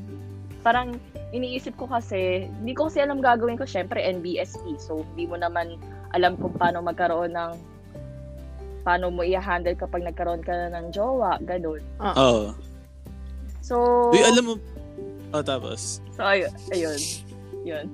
E: parang iniisip ko kasi, hindi ko kasi alam gagawin ko. Siyempre, NBSP. E. So, hindi mo naman alam kung paano magkaroon ng paano mo i-handle kapag nagkaroon ka na ng jowa, ganun.
A: Oo.
E: So,
A: Uy, alam mo, oh, tapos.
E: so ayun, ayun. Yun.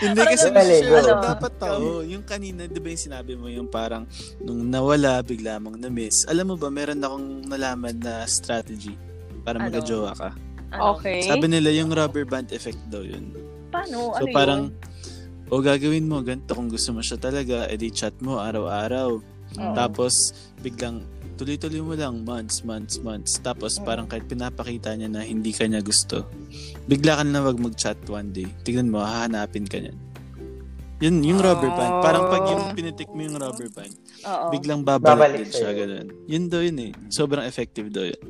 A: Hindi
E: Parang
A: kasi
C: ganun.
A: nag-share
E: Ano?
A: dapat tao. Yung kanina, di ba yung sinabi mo yung parang nung nawala, bigla mong na-miss. Alam mo ba, meron akong nalaman na strategy para
E: Ano?
A: magka-jowa ka.
E: Ano?
F: Okay.
A: Sabi nila yung rubber band effect daw yun.
E: Paano?
A: So
E: ano
A: parang, o gagawin mo, ganito kung gusto mo siya talaga, edi chat mo araw-araw.
E: Oo.
A: Tapos, biglang, tuloy-tuloy mo lang, months, months, months. Tapos, parang kahit pinapakita niya na hindi ka niya gusto, bigla ka na wag mag-chat one day. Tignan mo, hahanapin ka niyan. Yun, yung rubber band. Parang pag yung pinitik mo yung rubber band,
E: yun? Oo.
A: biglang babalik,
C: Babalik
A: din siya.
C: sa'yo.
A: Ganun. Yun daw yun eh. Sobrang effective daw yun.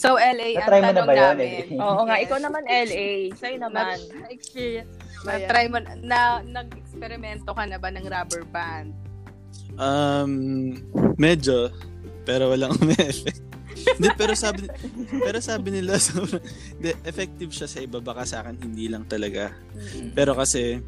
B: So, LA, ang
C: Na-try mo na
B: tanong
C: ba yun?
B: namin.
C: Ellie?
E: Oo nga,
B: Yes.
E: ikaw naman LA. Sa'yo naman.
D: experience ba yan?
B: Na-try mo, na, nag-eksperimento ka na ba ng rubber band?
A: Um, medyo, pero walang umi-effect. Hindi, pero sabi, pero sabi nila, sobrang, hindi, effective siya sa iba, baka sa akin hindi lang talaga. Pero kasi,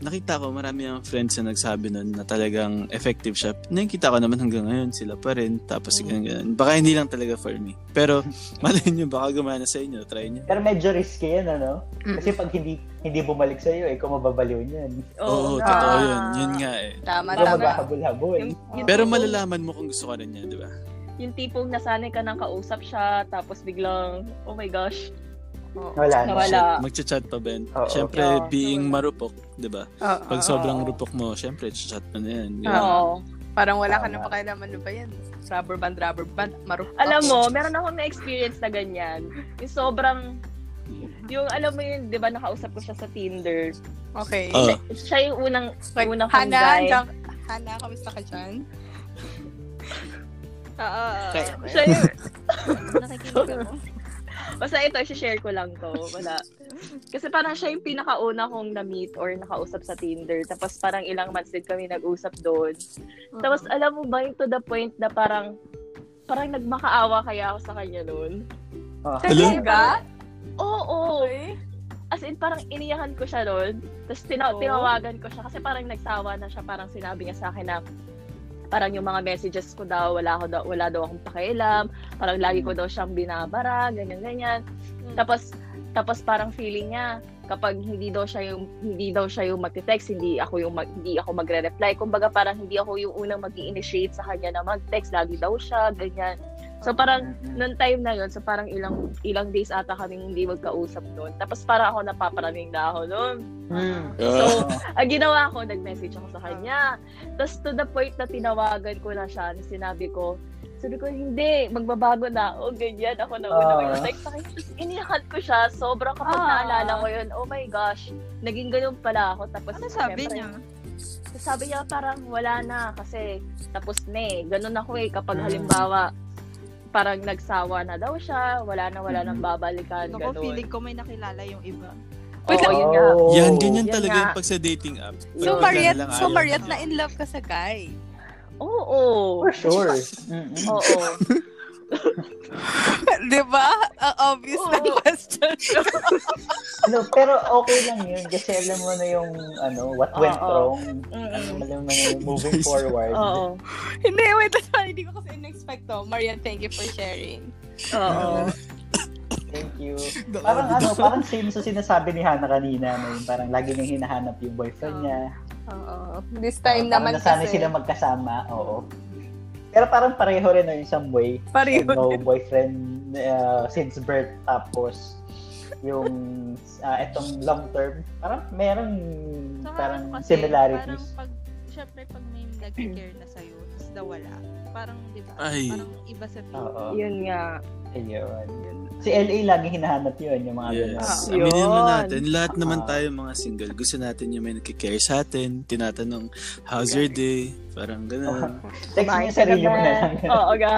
A: nakita ko marami ang friends na nagsabi nun na talagang effective siya. Nakikita ko naman hanggang ngayon, sila pa rin, tapos ganyan, ganyan. Baka hindi lang talaga for me. Pero, malay nyo, baka gumana sa inyo, try nyo.
C: Pero medyo risky yun, ano? Kasi pag hindi hindi bumalik sa'yo, ikaw mababaliw niyan.
A: Oo,
E: nga.
A: totoo yun. Yun
E: Ah,
A: nga eh.
B: Tama,
C: Ikaw
B: tama.
C: maghahabol-habol.
A: Pero malalaman mo kung gusto ka rin niya, di ba?
E: Yung tipong nasanay ka nang kausap siya, tapos biglang, oh my gosh,
C: Wala na.
E: Nawala.
A: Magchat-chat pa, Ben.
C: Oo.
A: Siyempre,
E: Oo.
A: being marupok, di ba?
B: Oo,
A: Pag
B: oo,
A: sobrang
B: oo.
A: rupok mo, siyempre, chat mo na yan.
B: Ah.
A: Ganun.
E: Oo.
B: Parang wala ka na
C: Tama.
B: pakialam ano ba yan? Rubber band, rubber band, marupok.
E: Alam mo, meron akong na-experience na ganyan. Yung sobrang, yung alam mo yun, di ba nakausap ko siya sa Tinder.
B: Okay.
A: Oo.
E: Siya yung unang,
B: Like,
E: unang kong
B: Hana,
E: guy.
B: andiyan, Hana, kamusta ka dyan?
D: Oo.
E: Siya yung,
D: Nakikinig ako.
E: basta ito, share ko lang to. Wala. Kasi parang siya yung pinakauna kong na-meet or nakausap sa Tinder. Tapos parang ilang months din kami nag-usap doon. Tapos alam mo ba yung to the point na parang, parang nagmakaawa kaya ako sa kanya noon.
C: Oh.
A: Hello?
E: diba?
B: Talaga?
E: Oo,
B: Okay.
E: As in, parang iniyakan ko siya noon. Tapos tina-
B: Oo.
E: tinawagan ko siya. Kasi parang nagsawa na siya. Parang sinabi niya sa akin na parang yung mga messages ko daw, wala, ako daw, wala daw akong pakialam. Parang lagi ko daw siyang binabara, ganyan-ganyan. Tapos, tapos parang feeling niya, kapag hindi daw siya yung hindi daw siya yung magte-text, hindi ako yung mag- hindi ako magre-reply. Kumbaga parang hindi ako yung unang mag-initiate sa kanya na mag-text, lagi daw siya ganyan. So parang noon time na yon so parang ilang ilang days ata kaming hindi magkausap noon. Tapos parang ako napaparaning na ako noon.
A: Ah.
C: Mm.
E: So, ang ginawa ko, nag-message ako sa kanya. Tapos to the point na tinawagan ko na siya, na sinabi ko, sabi ko, hindi, magbabago na. O, ganyan. Ako na una
C: Ah.
E: may text sa kanya. Tapos iniyakan ko siya. Sobrang kapag
B: Ah.
E: naalala ko yun, oh my gosh, naging ganun pala ako. Tapos,
D: Ano
E: syempre,
D: sabi niya?
E: So, sabi niya parang wala na kasi tapos na eh. Ganun ako eh
C: Mm.
E: kapag halimbawa parang nagsawa na daw siya, wala na wala
C: Mm.
E: nang babalikan.
D: Naku,
E: ganun.
D: feeling ko may nakilala yung iba.
E: Wait lang. yun nga.
C: Oh.
A: Yan, ganyan
E: Yan
A: talaga
E: nga.
A: yung pag sa dating app.
B: So,
A: Pag bigla
B: Mariette,
A: na lang
B: so
A: ayaw
B: Mariette,
A: niya.
B: na in love ka sa guy.
E: Oo.
C: For sure. Mm-mm.
E: Oo.
B: Di ba? Ang obvious na
E: Oo.
B: question.
C: Ano, pero okay lang yun kasi alam mo na yung ano, what went
E: Oo.
C: wrong.
E: Mm-mm.
C: Alam mo na yung moving forward.
E: Oo.
B: Hindi, wait lang. Sorry, Hindi ko kasi in-expect to. Mariette, thank you for sharing.
E: Oo.
C: Thank you. Parang ano, parang same sa sinasabi ni Hana kanina, no? yung parang lagi niyang hinahanap yung boyfriend niya.
B: Oo. This time
C: Ah, parang
B: naman
C: nasanay
B: kasi.
C: sila magkasama, oo. Pero parang pareho rin no, in some way.
B: Pareho
C: no boyfriend uh, since birth tapos yung uh, etong long term parang merong
D: Saka
C: parang
D: ano kasi, Parang
C: similarities
D: pag, syempre pag may nag-care na sa'yo, tapos nawala. Parang, di ba?
A: Ay.
D: Parang iba sa feeling.
C: oo
E: Yun nga.
C: ayun si LA lagi hinahanap yun yung mga ganun
A: Yes.
E: Ah, Yun.
A: Aminin mo natin, lahat
C: Ah.
A: naman tayo mga single, gusto natin yung may nakikare sa atin, tinatanong, how's your day? Parang
C: Ah.
A: ganun.
C: text mo yung sarili mo na lang
E: Oo nga.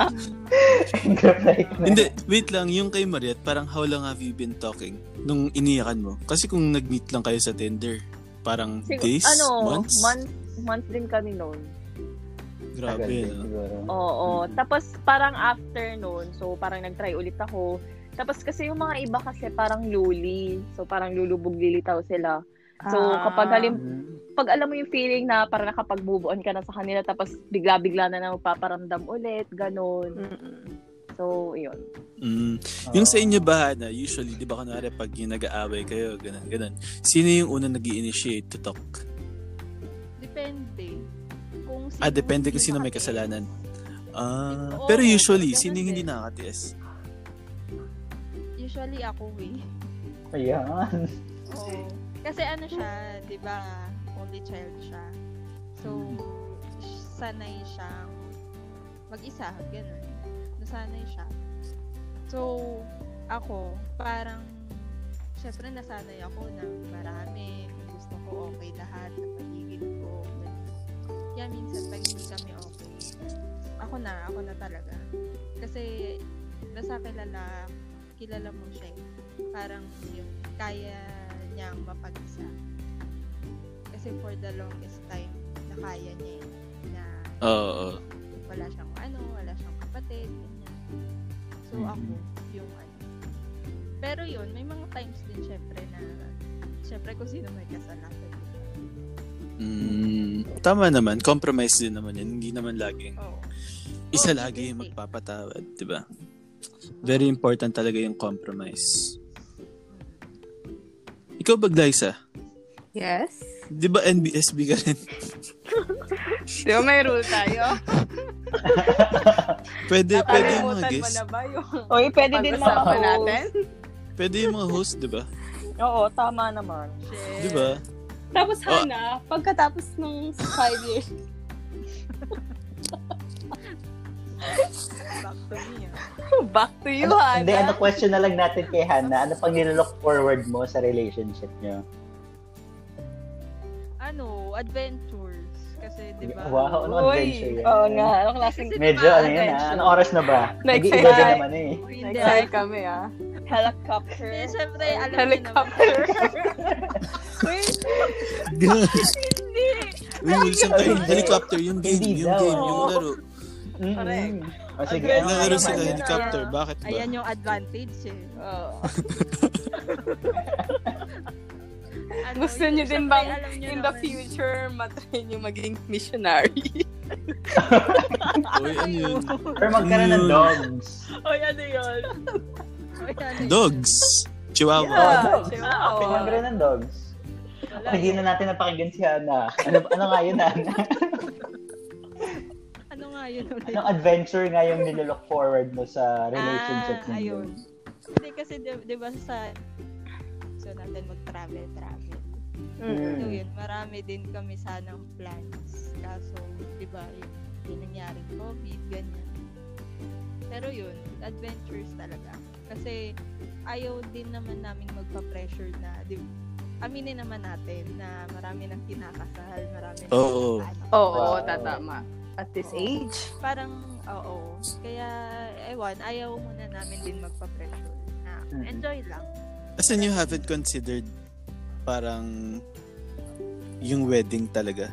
C: group like na
A: Hindi, wait lang, yung kay Mariette, parang how long have you been talking nung iniyakan mo? Kasi kung nag-meet lang kayo sa Tinder, parang
E: Sig-
A: days,
E: ano,
A: months?
E: month, month din kami noon.
A: Grabe,
C: Tagal din
A: no?
C: siguro.
E: Oo. Tapos parang after noon, so parang nag-try ulit ako. Tapos kasi yung mga iba kasi parang luli. So parang lulubog lilitaw sila. So
B: Ah.
E: kapag halim
C: Mm.
E: pag alam mo yung feeling na parang nakapag-move on ka na sa kanila tapos bigla-bigla na na magpaparamdam ulit, ganun.
B: Mm-mm.
E: So, yun.
A: Mm. Yung sa
C: Oo.
A: inyo ba, na usually, di ba kunwari pag yung nag-aaway kayo, ganun, ganun, sino yung unang nag initiate to talk?
D: Depende. Kung sino
A: Ah, depende kung
D: yung
A: sino may
D: nakatiis.
A: kasalanan. Ah,
D: Oo,
A: pero usually,
D: ganun
A: sino yung hindi
D: din.
A: nakakatiis?
D: Usually ako eh.
C: Ayan.
D: Oo. Kasi ano siya, di ba, only child siya. So,
A: Hmm.
D: sanay siyang mag-isa, ganun. Nasanay siya. So, ako, parang, syempre nasanay ako na marami, gusto ko okay lahat, sa paligid ko, ganun. Kaya minsan, pag hindi kami okay, ako na, ako na talaga. Kasi, nasa kilala, kilala mo siya eh. Parang yun, kaya niyang mapag-isa. Kasi for the longest time, na kaya niya eh, na
A: Oo.
D: wala siyang ano, wala siyang kapatid, ganyan. So ako, yung ano. Pero yun, may mga times din syempre na, syempre kung sino may kasalanan.
A: Mm, tama naman. Compromise din naman yan. Hindi naman laging
D: Oo.
A: isa
D: Oo,
A: lagi yung
B: eh.
D: hindi.
A: magpapatawad, di ba? Very important talaga yung compromise. Ikaw ba, Glyza?
B: Yes.
A: Di ba NBSB ka rin?
B: Di ba may rule tayo?
A: Pwede, pwede yung mga
B: Nakalimutan mo
A: guest.
B: na ba yung
E: Oy, pwede din mga
B: pag-usapan
E: host.
B: natin?
A: Pwede yung mga host, di ba?
E: Oo, tama naman.
A: Di ba?
F: Tapos
A: Oh.
F: Hana, pagkatapos nung five years,
D: Back to me, ah.
B: Back to you,
C: Ano, hindi, ano
B: Hannah.
C: question na lang natin kay Hannah? Ano pang nililook forward mo sa relationship niyo?
D: Ano, adventures. Kasi, di ba?
C: Wow, ano
E: Uy,
C: adventure yan?
E: Oo nga, anong klaseng
D: Kasi
C: Medyo
D: diba,
C: ano yan ah?
E: adventure.
C: Anong oras na ba?
B: Like,
C: Nag-iiba din
B: say-
C: naman eh.
D: Hindi.
B: Excited kami, ah.
E: helicopter?
D: Eh, syempre, alam niyo naman.
B: Helicopter.
D: Hindi.
A: Uy, Wilson tayo. Helicopter, yung game,
C: Hindi
A: yung
C: daw.
A: game, yung laro.
C: Mm-mm.
B: Correct.
C: O sige,
E: Adventure.
C: ano
A: Nalaro
C: naman
A: sila
C: yan?
B: ah.
A: helicopter. Bakit ba?
D: Ayan yung advantage eh.
E: Oo.
D: Ano,
B: Gusto
D: yun,
B: niyo din
D: syempre,
B: bang
D: alam niyo
B: In the
D: naman.
B: future, matry niyo maging missionary.
A: Uy, ano yun?
C: Or magkaroon ng
A: Yun.
C: dogs.
E: Oy, ano yun?
D: Ayan, eh.
A: Dogs. Chihuahua.
C: Oh,
B: Yeah,
C: dogs.
B: chihuahua.
C: Okay, magkaroon ng dogs.
D: Wala
C: Hindi
D: eh.
C: na natin napakinggan si Hannah. Ano, ano nga yun, Hannah?
D: Ano nga yun ulit?
C: Anong adventure nga yung nililook forward mo sa relationship niyo?
D: ah, ayun. Hindi kasi di, di ba sa gusto natin mag-travel, travel.
C: Mm.
D: So yun, marami din kami sanang plans. Kaso, di ba, yun, yung nangyari COVID, ganyan. Pero yun, adventures talaga. Kasi ayaw din naman namin magpa-pressure na, di aminin naman natin na marami nang kinakasal, marami nang
A: Oo.
D: ano.
B: Oo,
C: Wow.
B: tatama. At this
D: Oo.
B: age.
D: parang, oo. Kaya, ewan, ayaw muna namin din magpa-pressure. Na,
C: Mhm.
D: enjoy lang.
A: As in, you haven't considered parang yung wedding talaga.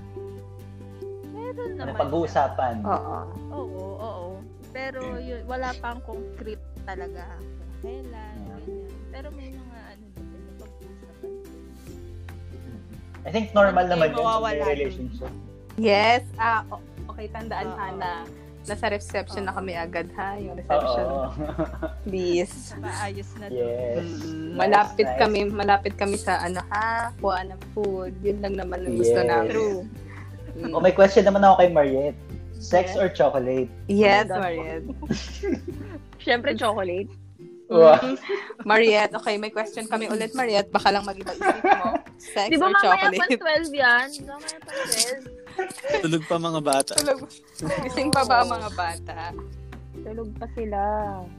D: Meron
C: Ano
D: naman.
C: pag-uusapan?
B: Oo.
D: Oo, oo. Pero yun, wala pang concrete talaga. Kailan, ganyan. Pero may mga ano din, na pag-uusapan.
C: I think normal
D: Hindi
C: naman yun sa
D: mawawala
C: may
D: dun.
C: relationship.
B: Yes. Ah, o- okay, tandaan,
D: Oo.
B: Hannah. Nasa reception na kami agad, ha? Yung reception.
C: Oo.
B: Please.
D: Maayos na din.
C: yes.
B: Mm,
D: Mm-hmm.
C: Nice,
B: malapit
C: nice.
B: kami, malapit kami sa ano ha, kuha ng food. Yun lang naman ang gusto
C: Yes.
B: namin.
C: True.
B: Mm.
C: O Oh, may question naman ako kay Mariette. Sex
E: Yes.
C: or chocolate?
B: Yes,
E: Oh my God.
B: Mariette.
E: Siyempre, chocolate.
C: Wow.
D: Mm-hmm.
B: Mm. Mariette, okay, may question kami ulit, Mariette. Baka lang mag-iba isip mo. Sex
E: Di ba
B: or
E: mamaya pang
B: chocolate?
E: 12 yan? Mamaya pang 12?
A: Tulog pa mga bata.
B: Tulog. Gising pa ba ang mga bata?
E: Tulog pa sila.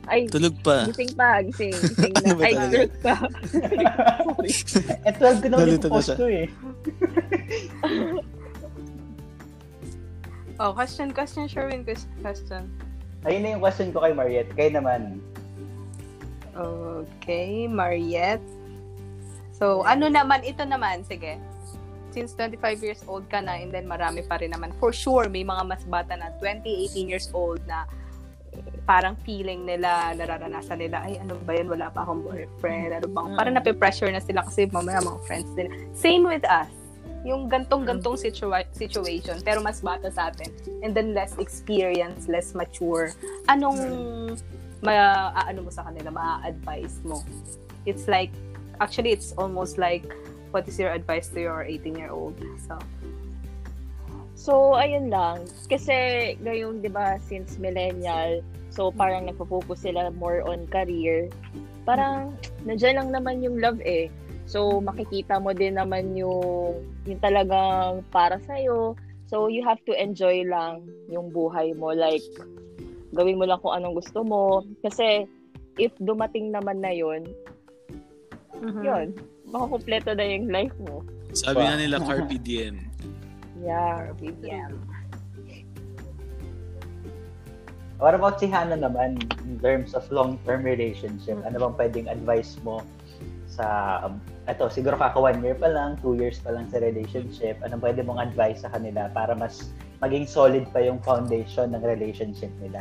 E: Ay,
A: Tulog pa.
E: gising pa, gising. gising
A: Ano
E: na.
A: ba
E: Ay,
A: talaga?
E: tulog pa.
C: At 12 Eh, ko naman yung
A: Nalito na
C: post
A: siya.
C: ko eh.
B: Oh, question, question, Sherwin, question, question.
C: Ayun na yung question ko kay Mariette. Kayo naman.
B: Okay, Mariette. So, ano naman, ito naman, sige. Since 25 years old ka na, and then marami pa rin naman. For sure, may mga mas bata na 20, 18 years old na eh, parang feeling nila, nararanasan nila, ay ano ba yun, wala pa akong boyfriend, ano bang,
E: Mm.
B: parang nape-pressure na sila kasi mamaya mga friends din. Same with us. Yung gantong-gantong
E: Mm.
B: situa- situation, pero mas bata sa atin. And then less experience, less mature.
E: Mm.
B: Anong ma ano mo sa kanila, ma-advise mo. It's like actually it's almost like what is your advice to your 18-year-old? So,
E: So, ayun lang. Kasi,
B: Mm.
E: ngayon, di ba, since millennial, so parang nagpo-focus sila more on career. parang nandiyan lang naman yung love eh. So makikita mo din naman yung yung talagang para sa So you have to enjoy lang yung buhay mo like gawin mo lang kung anong gusto mo kasi if dumating naman na yun,
D: Mm-hmm. Hmm.
E: yun, makukumpleto na yung life mo.
A: Sabi nga nila, carpe diem.
E: Yeah, yeah.
C: What about si Hannah naman in terms of long-term relationship? Ano bang pwedeng advice mo sa um, eto siguro kaka one year pa lang, two years pa lang sa relationship. Ano pwede mong advice sa kanila para mas maging solid pa yung foundation ng relationship nila?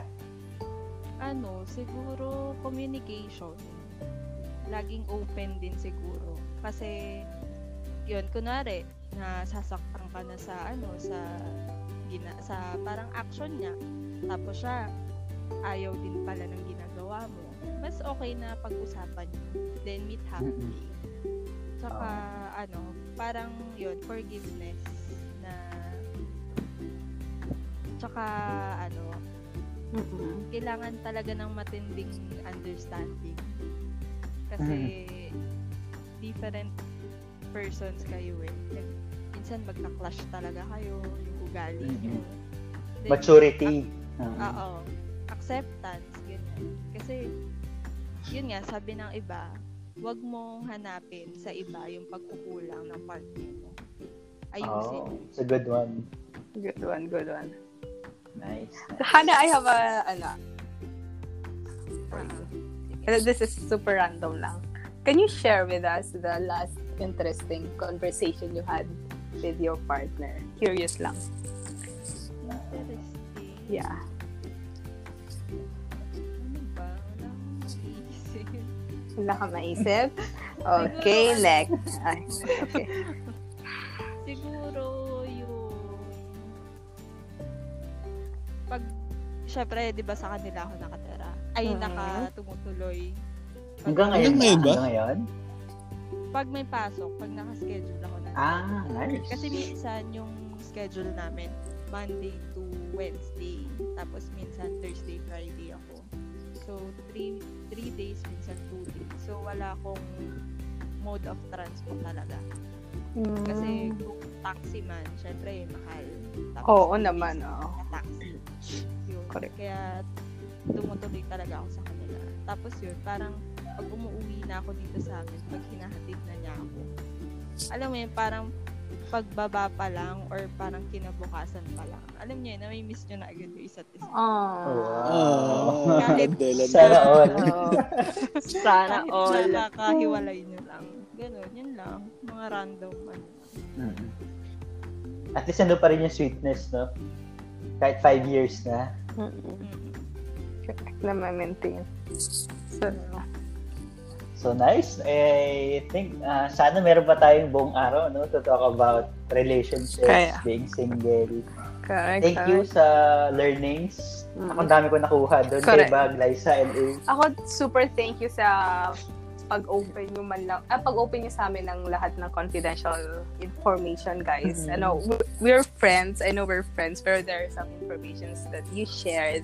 D: ano, siguro communication. Laging open din siguro. Kasi, yun, kunwari, nasasaktan ka na sa, ano, sa, gina, sa parang action niya. Tapos siya, ayaw din pala ng ginagawa mo. Mas okay na pag-usapan niyo. Then meet halfway. Tsaka, ano, parang yun, forgiveness na, tsaka, ano, kailangan talaga ng matinding understanding. Kasi
C: Mm-hmm.
D: different persons kayo eh. Like, minsan magka-clash talaga kayo, yung ugali nyo. Then,
C: Mm-hmm. Maturity. Ah.
D: ac-
B: Ah,
D: Oo. Acceptance, ganyan. Kasi, yun nga, sabi ng iba, wag mong hanapin sa iba yung pagkukulang ng partner mo. Ayusin.
C: Oh, it's a good one.
B: Good one, good one.
C: Nice.
B: Hannah, I have a, ano,
D: Ah,
B: And This is super random lang. Can you share with us the last interesting conversation you had with your partner? Curious lang.
D: interesting.
B: Yeah.
D: Ano ba? Wala akong maiisip.
B: Wala ka maisip? Okay,
D: Siguro,
B: next. Ay, okay.
D: Siguro yung pag syempre 'di ba sa kanila ako nakatira. Ay
B: Mm.
D: nakatumutuloy. Pag-
C: Hanggang ngayon
A: Hanggang ngayon
C: ba?
A: ba?
C: Hanggang ngayon?
D: Pag may pasok, pag naka-schedule ako na.
C: Ah, nice.
D: Kasi minsan yung schedule namin Monday to Wednesday, tapos minsan Thursday, Friday ako. So, three, three days, minsan two days. So, wala akong mode of transport talaga. Kasi kung taxi man, syempre mahal. Tapos
B: Ah. Oo
D: mabilis
B: naman, oo.
D: na taxi. Yun.
B: Correct.
D: Kaya tumutuloy talaga ako sa kanila. Tapos yun, parang pag umuwi na ako dito sa amin, pag hinahatid na niya ako, alam mo yun, parang pagbaba pa lang or parang kinabukasan pa lang. Alam niyo yun, nami-miss niyo na agad yung isa't isa.
B: Oh.
C: Wow.
A: Oh,
D: Kahit-
A: Mandela.
C: Sana all.
E: Sana
D: Kahit
E: all.
D: na makahiwalay oh, niyo lang. Ganun, yun lang. Mga random ano.
C: Mm. At least ano pa rin yung sweetness, no? Kahit five years na.
D: Mm.
B: Na ma-maintain. So,
C: So nice. Eh, I think ah, sana meron pa tayong buong araw no to talk about relationships,
B: Kaya.
C: being single.
B: correct.
C: Thank you
B: correct.
C: sa learnings.
B: Mm.
C: Ako ang dami ko nakuha doon kay
B: Correct.
C: Bag, Liza, and A.
B: Ako, super thank you sa pag-open nyo man lang, ah, pag-open nyo sa amin ng lahat ng confidential information, guys.
C: Mhm.
B: Ano, we- we're friends. I know we're friends, pero there are some informations that you shared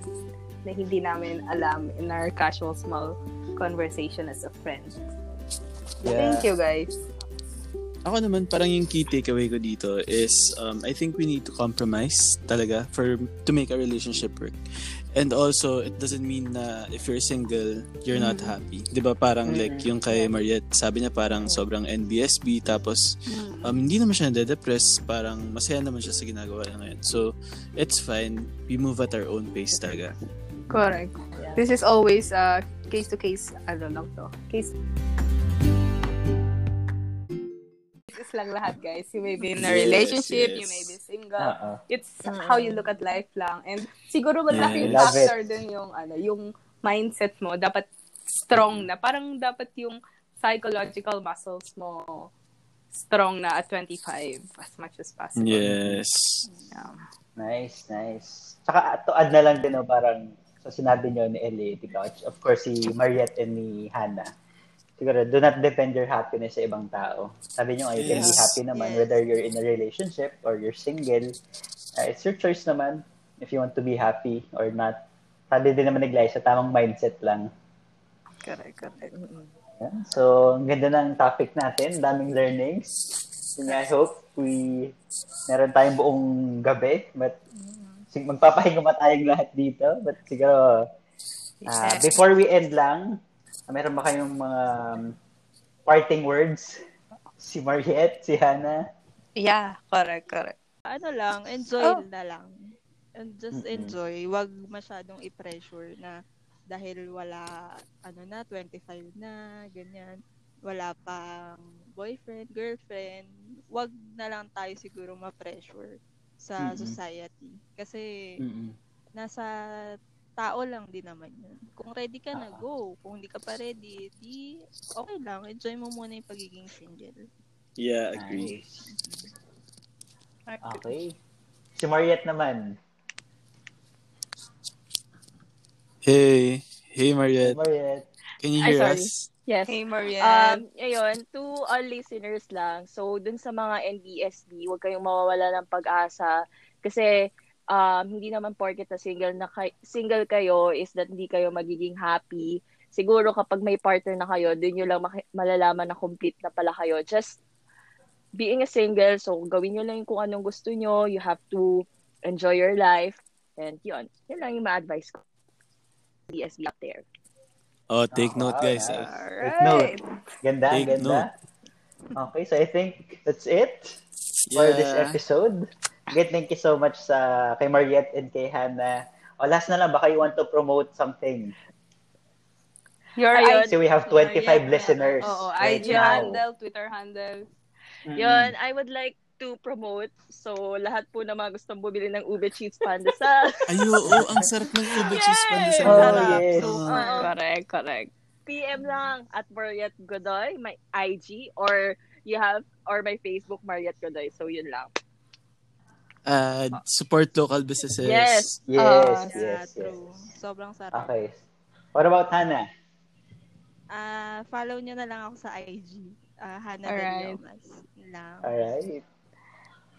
B: na hindi namin alam in our casual small conversation as a friend.
C: Yeah.
B: Thank you, guys.
A: Ako naman, parang yung key takeaway ko dito is um, I think we need to compromise talaga for to make a relationship work. And also, it doesn't mean na if you're single, you're not
B: Mhm.
A: happy. 'Di ba parang
C: Mhm.
A: like yung kay Mariette, sabi niya parang sobrang NBSB tapos um, hindi naman siya nade-depress, parang masaya naman siya sa ginagawa niya ngayon. So, it's fine. We move at our own pace talaga.
B: Correct. This is always uh, case-to-case, ano lang to, case This lang lahat, guys. You may be in a
A: Yes,
B: relationship,
A: yes.
B: you may be single,
C: Oo.
B: it's how you look at life lang. And siguro
A: Yes.
B: malaking
C: Love it.
B: factor dun yung, ano, yung mindset mo. Dapat strong na. Parang dapat yung psychological muscles mo strong na at 25 as much as possible.
A: Yes.
B: Yeah.
C: Nice, nice. Tsaka to add na lang din, no, parang sa sinabi niyo ni Ellie, di ba? of course, si Mariette and ni Hannah. Siguro, do not depend your happiness sa ibang tao. Sabi niyo, nga, you can be
A: Yes.
C: happy naman
D: Yes.
C: whether you're in a relationship or you're single. Uh, it's your choice naman if you want to be happy or not. Sabi din naman ni Glyza, tamang mindset lang.
B: Correct, correct.
C: Yan. So, ang ganda ng topic natin. Daming learnings. And I hope we meron tayong buong gabi. But sig- magpapahinga pa tayong lahat dito. But siguro, ah,
B: Yes.
C: before we end lang, ah, meron ba kayong mga um, parting words? Si Mariette, si Hannah.
B: Yeah, correct, correct.
D: ano lang, enjoy
B: Oh.
D: na lang. And just
C: Mm-mm.
D: enjoy. Huwag masyadong i-pressure na dahil wala, ano na, 25 na, ganyan. Wala pang boyfriend, girlfriend. Huwag na lang tayo siguro ma-pressure sa
C: Mm-mm. Mm.
D: society. Kasi
A: Mm-mm.
D: nasa tao lang din naman yun. Kung ready ka
C: Ah.
D: na, go. Kung hindi ka pa ready, di, okay lang. Enjoy mo muna yung pagiging single.
A: Yeah, agree.
C: Okay. Si Mariette naman.
A: Hey, hey
C: Si
A: Mariette.
C: Mariette.
A: Can you
E: Ay,
A: hear
E: sorry.
A: us?
E: Yes.
B: Hey, Marian.
E: Um, ayun, to all listeners lang. So, dun sa mga NBSD, huwag kayong mawawala ng pag-asa. Kasi, um, hindi naman porket na single, na kay- single kayo is that hindi kayo magiging happy. Siguro kapag may partner na kayo, dun nyo lang maki- malalaman na complete na pala kayo. Just being a single, so gawin nyo lang yung kung anong gusto nyo. You have to enjoy your life. And yun, yun lang yung ma-advise ko. NBSD out there.
A: Oh, take note
C: wow,
A: guys.
C: nice.
A: ah.
C: Take note.
B: Alright.
C: Ganda,
A: Take
C: ganda. Okay, so I think that's it. for this
A: Yeah.
C: episode. Again, thank you so much sa kay Mariette and kay Hannah. O last na lang, baka you want to promote something.
B: Your IG.
E: Ayun.
C: Kasi we have 25
B: Mariette,
C: listeners.
B: Oo,
C: right
B: IG
C: now.
B: handle, Twitter handle.
C: Mm-mm.
E: Yun, I would like to promote. So, lahat po na mga gustong bumili ng ube cheese pandesal,
A: Ay, oo, ang sarap ng ube cheese pandesal.
C: Oh,
E: Sarap.
C: yes.
E: So,
A: Ah.
E: uh,
F: Correct, correct.
E: PM lang at Mariette Godoy, my IG, or you have, or my Facebook, Mariette Godoy. So, yun lang.
A: Uh, support local businesses.
E: Yes.
C: Yes,
F: Ah,
C: yes,
D: Yeah,
C: yes.
D: true. Sobrang sarap.
C: Okay. What about Hannah?
D: Ah, follow nyo na lang ako sa IG. Ah, Hannah
F: Alright.
D: Del Llamas. Yun Lang.
C: Alright.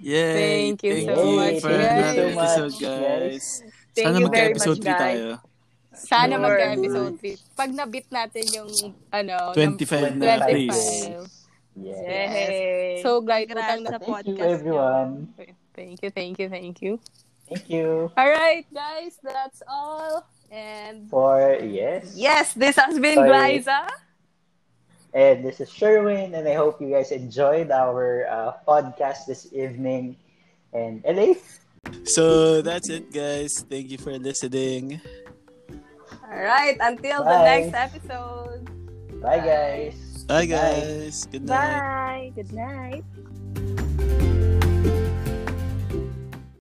A: Yay!
F: Thank you
A: Thank
F: so
A: you
F: much,
A: for
F: guys.
A: another
F: Thank you so
A: episode,
C: much,
A: guys.
E: Thank
A: Sana
E: you very
A: magka-episode 3
E: much, guys.
A: tayo.
F: Sana
E: Sure.
F: magka-episode 3. Pag nabit natin yung, ano, num-
A: 25 na, please.
F: 25.
C: Yes.
E: Yay.
F: So, guys, utang
D: Congrats
F: na
D: sa
F: po.
D: podcast.
C: Thank you,
D: nyo.
C: everyone.
F: Thank you, thank you, thank you.
C: Thank you
F: All right, guys, that's all. And
C: for, yes.
B: Yes, this has been
C: Sorry.
B: Glyza.
C: And this is Sherwin, and I hope you guys enjoyed our uh, podcast this evening. And LA,
A: So, that's it, guys. Thank you for listening.
B: Alright, until the
C: Bye.
B: next episode.
C: bye guys.
A: Bye,
C: Bye.
A: guys. Good night.
E: Bye. Good night.